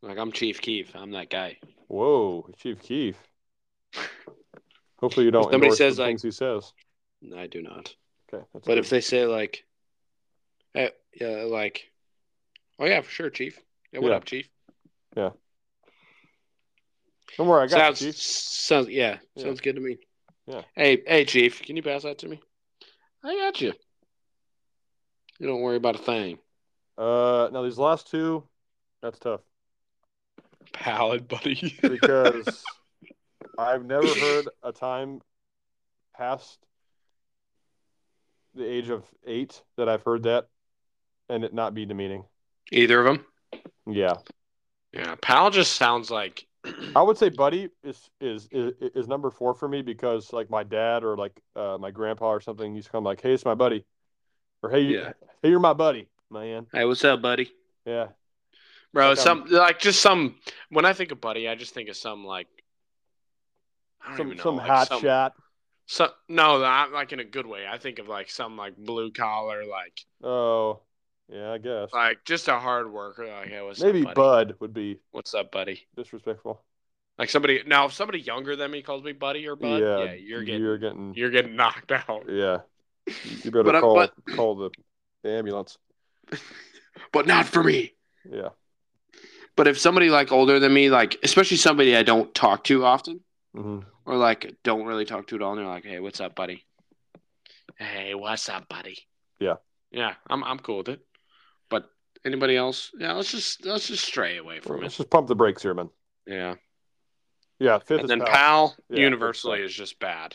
S1: Like I'm Chief Keef. I'm that guy.
S2: Whoa, Chief Keef. Hopefully you don't.
S1: somebody
S2: endorse the
S1: says, like-
S2: things he says.
S1: No, I do not.
S2: Okay,
S1: But
S2: that's good.
S1: if they say like, eh, yeah, like, oh yeah, for sure, Chief. Yeah, what
S2: Yeah.
S1: up, Chief?
S2: don't worry, I got
S1: Sounds,
S2: you, Chief.
S1: sounds yeah,
S2: Yeah.
S1: sounds good to me.
S2: Yeah.
S1: Hey, hey, Chief, can you pass that to me? I got you. You don't worry about a thing.
S2: Uh, now these last two, that's tough
S1: Pallid, buddy.
S2: because I've never heard a time past the age of eight that I've heard that and it not be demeaning.
S1: Either of them.
S2: Yeah,
S1: Yeah, pal just sounds like.
S2: I would say buddy is is is, is number four for me because like my dad or like uh, my grandpa or something used to come like, hey, it's my buddy, or hey, you-
S1: Yeah.
S2: hey, you're my buddy, man.
S1: Hey, what's up, buddy?
S2: Yeah,
S1: Bro,
S2: Like, um,
S1: some like just some. When I think of buddy, I just think of some like. I don't
S2: some
S1: even know,
S2: some
S1: like
S2: hot
S1: some,
S2: shot.
S1: some- no, not like in a good way. I think of like some like blue collar, like
S2: Oh, yeah, I guess
S1: like just a hard worker. Like, hey, what's
S2: maybe
S1: up, buddy?
S2: bud would be
S1: What's up, buddy?
S2: disrespectful.
S1: Like somebody now, if somebody younger than me calls me buddy or bud, yeah, you're getting
S2: you're getting
S1: you're getting knocked out.
S2: yeah. You better
S1: But I-
S2: call
S1: but-
S2: call the, the ambulance.
S1: But not for me.
S2: Yeah,
S1: But if somebody like older than me, like especially somebody I don't talk to often,
S2: hmm
S1: or like don't really talk to at all, and they're like, "Hey, what's up, buddy? Hey, what's up, buddy?
S2: Yeah.
S1: yeah, I'm I'm cool with it. But anybody else? Yeah, let's just let's just stray away from
S2: let's
S1: it.
S2: just pump the brakes here, man.
S1: Yeah,
S2: Yeah, fifth
S1: and
S2: is
S1: then
S2: pal.
S1: pal,
S2: Yeah,
S1: universally is just bad.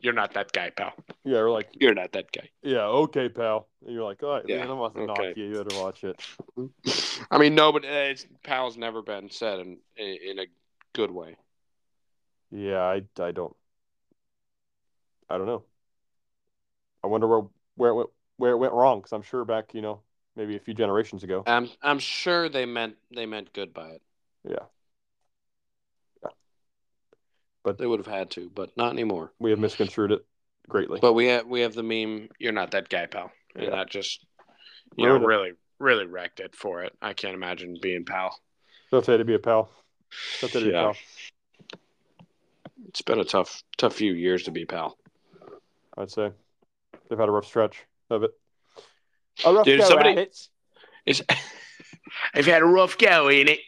S1: You're not that guy, pal.
S2: Yeah, we're like
S1: You're not that guy.
S2: yeah, okay, pal. And you're like all right,
S1: Yeah,
S2: man, I'm about to knock
S1: okay.
S2: you. You better watch it.
S1: I mean, no, but uh, it's, pal's never been said in, in in a good way.
S2: Yeah, I, I don't. I don't know. I wonder where where it went, where it went wrong because I'm sure back you know maybe a few generations ago.
S1: I'm I'm sure they meant they meant good by it.
S2: Yeah.
S1: They would have had to, but not anymore.
S2: We have misconstrued it greatly.
S1: But we have we have the meme. You're not that guy, pal, and
S2: Yeah.
S1: that just you
S2: Ruined
S1: know
S2: it.
S1: really really wrecked it for it. I can't imagine being pal.
S2: Don't say to be a pal. Don't say to be a
S1: Yeah.
S2: pal.
S1: It's been a tough tough few years to be pal,
S2: I'd say they've had a rough stretch of it. A rough
S1: dude. if
S2: go at
S1: Somebody
S2: it.
S1: it's I've had a rough go in it.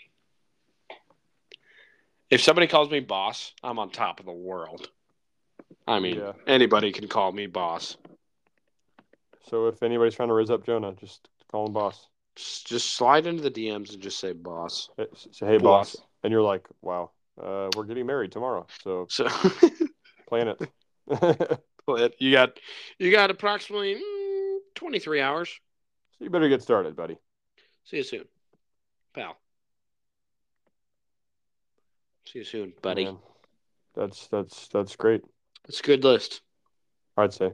S1: If somebody calls me boss, I'm on top of the world. I mean,
S2: Yeah.
S1: anybody can call me boss.
S2: So if anybody's trying to raise up Jonah, just call him boss.
S1: S- Just slide into the DMs and just say boss.
S2: Hey, s- Say hey, boss, and you're like, wow, uh, we're getting married tomorrow, so
S1: So
S2: plan it.
S1: But you got you got approximately mm, 23 hours.
S2: So you better get started, buddy.
S1: See you soon, pal. See you soon, buddy.
S2: Man, that's that's that's great.
S1: It's a good list.
S2: I'd say.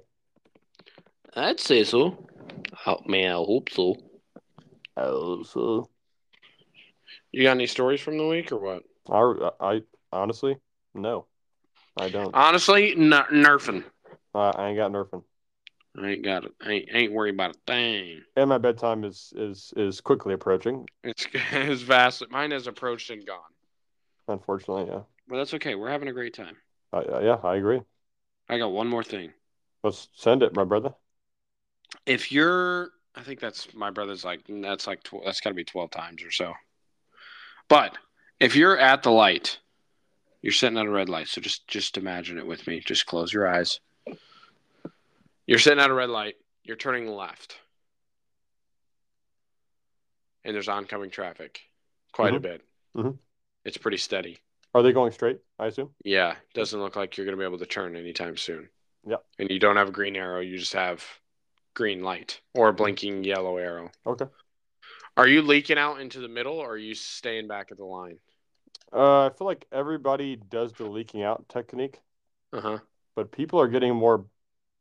S1: I'd say so. Oh man, I hope so.
S2: Oh, so
S1: You got any stories from the week or what?
S2: I I honestly no, I don't. I,
S1: Honestly, not nerfing.
S2: I ain't got nerfing,
S1: I ain't got it. I ain't, ain't worried about a thing.
S2: and my bedtime is is is quickly approaching.
S1: It's it's vastly mine has approached and gone.
S2: Unfortunately, yeah.
S1: But that's okay. We're having a great time.
S2: I, I, yeah, I agree.
S1: I got one more thing.
S2: Let's send it, my brother.
S1: if you're i think that's my brother's like "Mm, that's like tw- that's got to be 12 times or so but if you're at the light you're sitting at a red light so just just imagine it with me just close your eyes you're sitting at a red light you're turning left and there's oncoming traffic quite a bit
S2: Mhm.
S1: it's pretty steady
S2: Are they going straight? I assume.
S1: yeah doesn't look like you're going to be able to turn anytime soon
S2: Yep.
S1: and you don't have a green arrow you just have green light or a blinking yellow arrow
S2: Mm-hmm. Okay.
S1: Are you leaking out into the middle or are you staying back at the line?
S2: Uh, I feel like everybody does the leaking out technique,
S1: Uh
S2: Uh-huh.
S1: huh.
S2: but people are getting more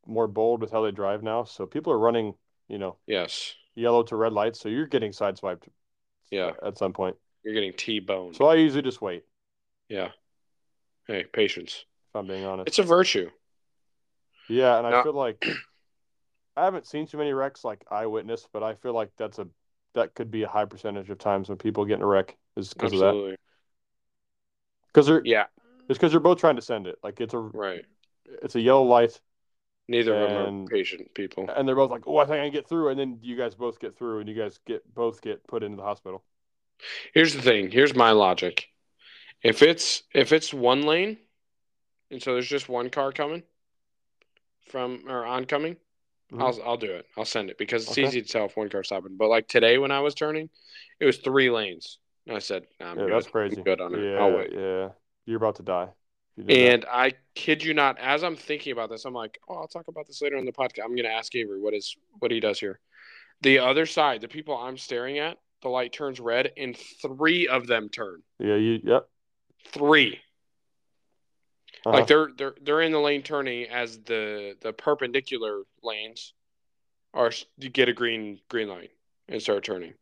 S2: more bold with how they drive now. So people are running, you know,
S1: Yes.
S2: yellow to red lights. So you're getting sideswiped.
S1: Yeah.
S2: At some point.
S1: You're getting T boned.
S2: So I usually just wait.
S1: yeah. Hey, patience.
S2: if I'm being honest.
S1: It's a virtue.
S2: yeah, and I
S1: No.
S2: feel like I haven't seen too many wrecks like eyewitness, but I feel like that's a that could be a high percentage of times when people get in a wreck It's because of that.
S1: Absolutely.
S2: Because they're
S1: Yeah.
S2: it's because you're both trying to send it. Like it's a
S1: Right.
S2: it's a yellow light,
S1: Neither of them are
S2: And-
S1: patient people.
S2: and they're both like, "Oh, I think I can get through," and then you guys both get through, and you guys get both get put into the hospital.
S1: Here's the thing. Here's my logic. If it's if it's one lane, and so there's just one car coming from or oncoming,
S2: Mhm.
S1: I'll I'll do it. I'll send it because it's
S2: Okay.
S1: easy to tell if one car's stopping. But like today when I was turning, it was three lanes. And I said, nah, I'm
S2: yeah,
S1: good.
S2: that's
S1: I'm
S2: crazy.
S1: good on it.
S2: Yeah,
S1: I'll wait.
S2: yeah, you're about to die. if you do that.
S1: And I kid you not, as I'm thinking about this, I'm like, oh, I'll talk about this later in the podcast. I'm gonna ask Avery what is what he does here. The other side, the people I'm staring at, the light turns red, and three of them turn.
S2: yeah, you yep.
S1: 3
S2: Uh-huh.
S1: Like they're they're they're in the lane turning as the the perpendicular lanes are s- you get a green green light and start turning.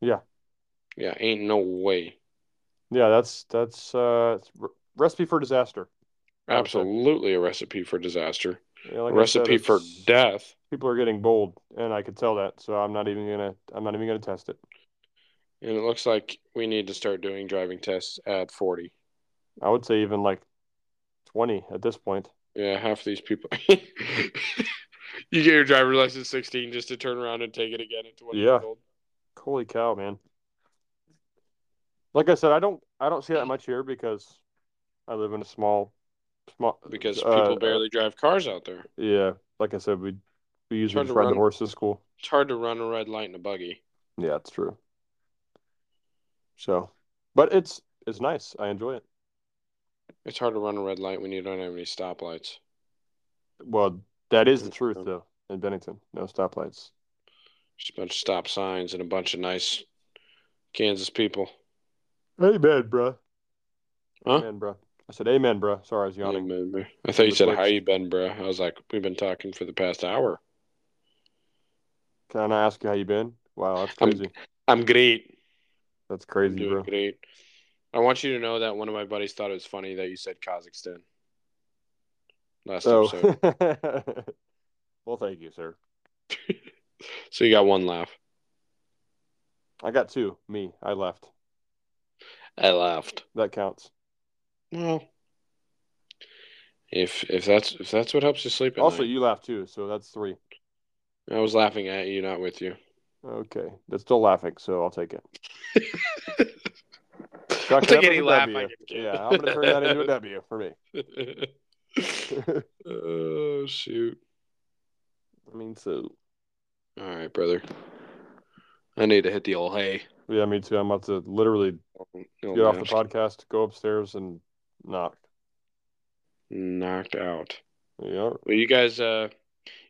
S2: Yeah.
S1: Yeah, ain't no way.
S2: yeah, that's that's uh it's re- recipe for disaster. I would say.
S1: Absolutely a recipe for disaster.
S2: Yeah, like
S1: a
S2: I
S1: recipe
S2: said,
S1: for
S2: it's-
S1: death.
S2: People are getting bold, and I could tell that. So I'm not even gonna I'm not even gonna test it.
S1: And it looks like we need to start doing driving tests at 40.
S2: I would say even like twenty at this point.
S1: Yeah, half of these people. you get your driver's license 16 just to turn around and take it again at 20 years
S2: Yeah.
S1: old.
S2: Holy cow, man! Like I said, I don't I don't see that much here because I live in a small small
S1: Because
S2: uh,
S1: people barely drive cars out there.
S2: yeah. Like I said, we we usually
S1: hard
S2: just
S1: to
S2: ride the
S1: run.
S2: horses to school.
S1: It's hard to run a red light in a buggy.
S2: Yeah, that's true. So, but it's it's nice. I enjoy it.
S1: It's hard to run a red light when you don't have any stoplights.
S2: Well, that is the
S1: That's
S2: truth
S1: true.
S2: though. In Bennington, no stoplights.
S1: Just a bunch of stop signs and a bunch of nice Kansas people.
S2: Amen, bruh.
S1: Huh?
S2: Amen, bruh. I said amen, bruh. Sorry, I was yawning.
S1: Remember. I thought you
S2: Just
S1: said,
S2: like-
S1: How you been, bro? I was like, We've been talking for the past hour.
S2: Can I ask you how you been? Wow, that's
S1: I'm-
S2: crazy.
S1: I'm great.
S2: That's
S1: I'm
S2: crazy,
S1: doing
S2: bro.
S1: great. I want you to know that one of my buddies thought it was funny that you said Kazakhstan last episode.
S2: Oh. well, thank you, sir.
S1: So you got one laugh.
S2: I got two. Me, I left.
S1: I laughed.
S2: That counts.
S1: Well, if if that's if that's what helps you sleep at
S2: also,
S1: night.
S2: you laughed too, so that's three.
S1: I was laughing at you, not with you.
S2: Okay, that's still laughing, so I'll take it.
S1: I'll
S2: That
S1: take
S2: was
S1: any
S2: a
S1: laugh
S2: W.
S1: I can get.
S2: Yeah, I'm gonna turn that into a W for me.
S1: oh shoot!
S2: I mean, so
S1: All right, brother. I need to hit the old hay.
S2: yeah, me too. I'm about to literally
S1: Old
S2: get off the
S1: mouse.
S2: podcast, go upstairs, and knock.
S1: Knocked out.
S2: Yeah,
S1: Well, you guys, uh,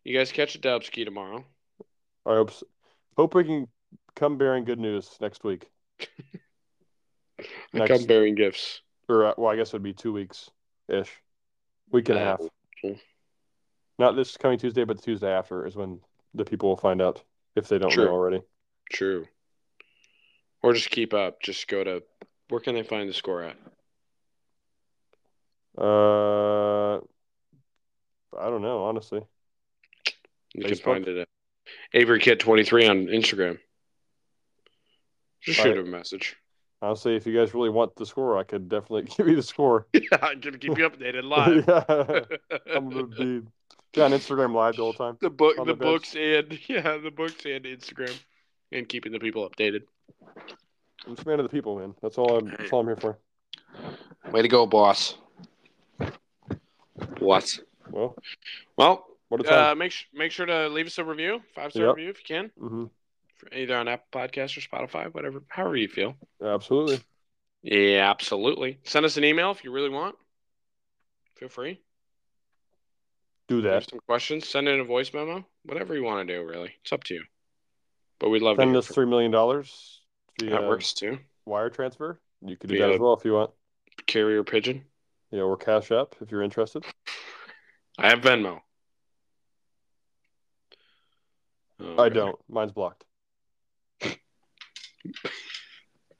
S1: you guys catch a dub ski tomorrow.
S2: I hope s- hope we can come bearing good news next week.
S1: I
S2: Next-
S1: come bearing gifts.
S2: or uh, well, I guess it'd be two weeks ish, week and a
S1: Uh,
S2: half.
S1: okay.
S2: Not this coming Tuesday, but the Tuesday after is when the people will find out if they don't
S1: True.
S2: know already.
S1: True. Or just keep up. Just go to where can they find the score at?
S2: Uh, I don't know, honestly.
S1: You can
S2: Facebook?
S1: find it at Avery Kid twenty three on Instagram. Just shoot
S2: Right.
S1: him a message.
S2: Honestly, if you guys really want the score, I could definitely give you the score.
S1: Yeah, I'm gonna keep you updated
S2: yeah, I'm gonna be yeah, on Instagram live the whole time.
S1: the book,
S2: on
S1: the
S2: the bench.
S1: books, and yeah, the books and Instagram, and keeping the people updated.
S2: I'm just a man of the people, man. That's all I'm. That's all I'm here for.
S1: Way to go, boss. What?
S2: Well,
S1: Well,
S2: what a time.
S1: uh, make su- make sure to leave us a review, five star
S2: Yep.
S1: review if you can,
S2: hmm
S1: for either on Apple Podcasts or Spotify, whatever, however you feel.
S2: Mm-hmm. Absolutely.
S1: Yeah, absolutely. Send us an email if you really want. Feel free.
S2: Do
S1: If you have
S2: that.
S1: some questions. Send in a voice memo. Whatever you want to do, really. It's up to you. But we'd love
S2: Send
S1: to.
S2: us uh, three million dollars
S1: That
S2: via
S1: works too.
S2: wire transfer. You could do
S1: Via-
S2: that as well if you want.
S1: Carrier pigeon.
S2: Yeah, or Cash App if you're interested.
S1: I have Venmo. Oh,
S2: I
S1: God.
S2: don't. Mine's blocked.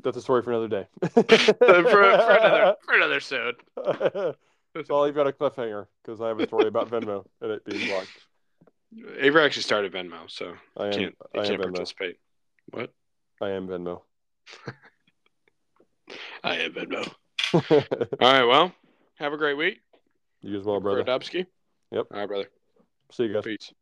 S2: That's a story for another day.
S1: for, for another for another episode.
S2: so I'll leave you on a cliffhanger because I have a story about Venmo and it being blocked.
S1: Avery actually started Venmo, so he
S2: I am,
S1: can't, he
S2: I am
S1: can't
S2: Venmo.
S1: participate. What?
S2: I am Venmo.
S1: I am Venmo. All right. Well, have a great week.
S2: you as well, brother.
S1: Brother.
S2: Yep.
S1: All right, brother.
S2: See you guys.
S1: Peace.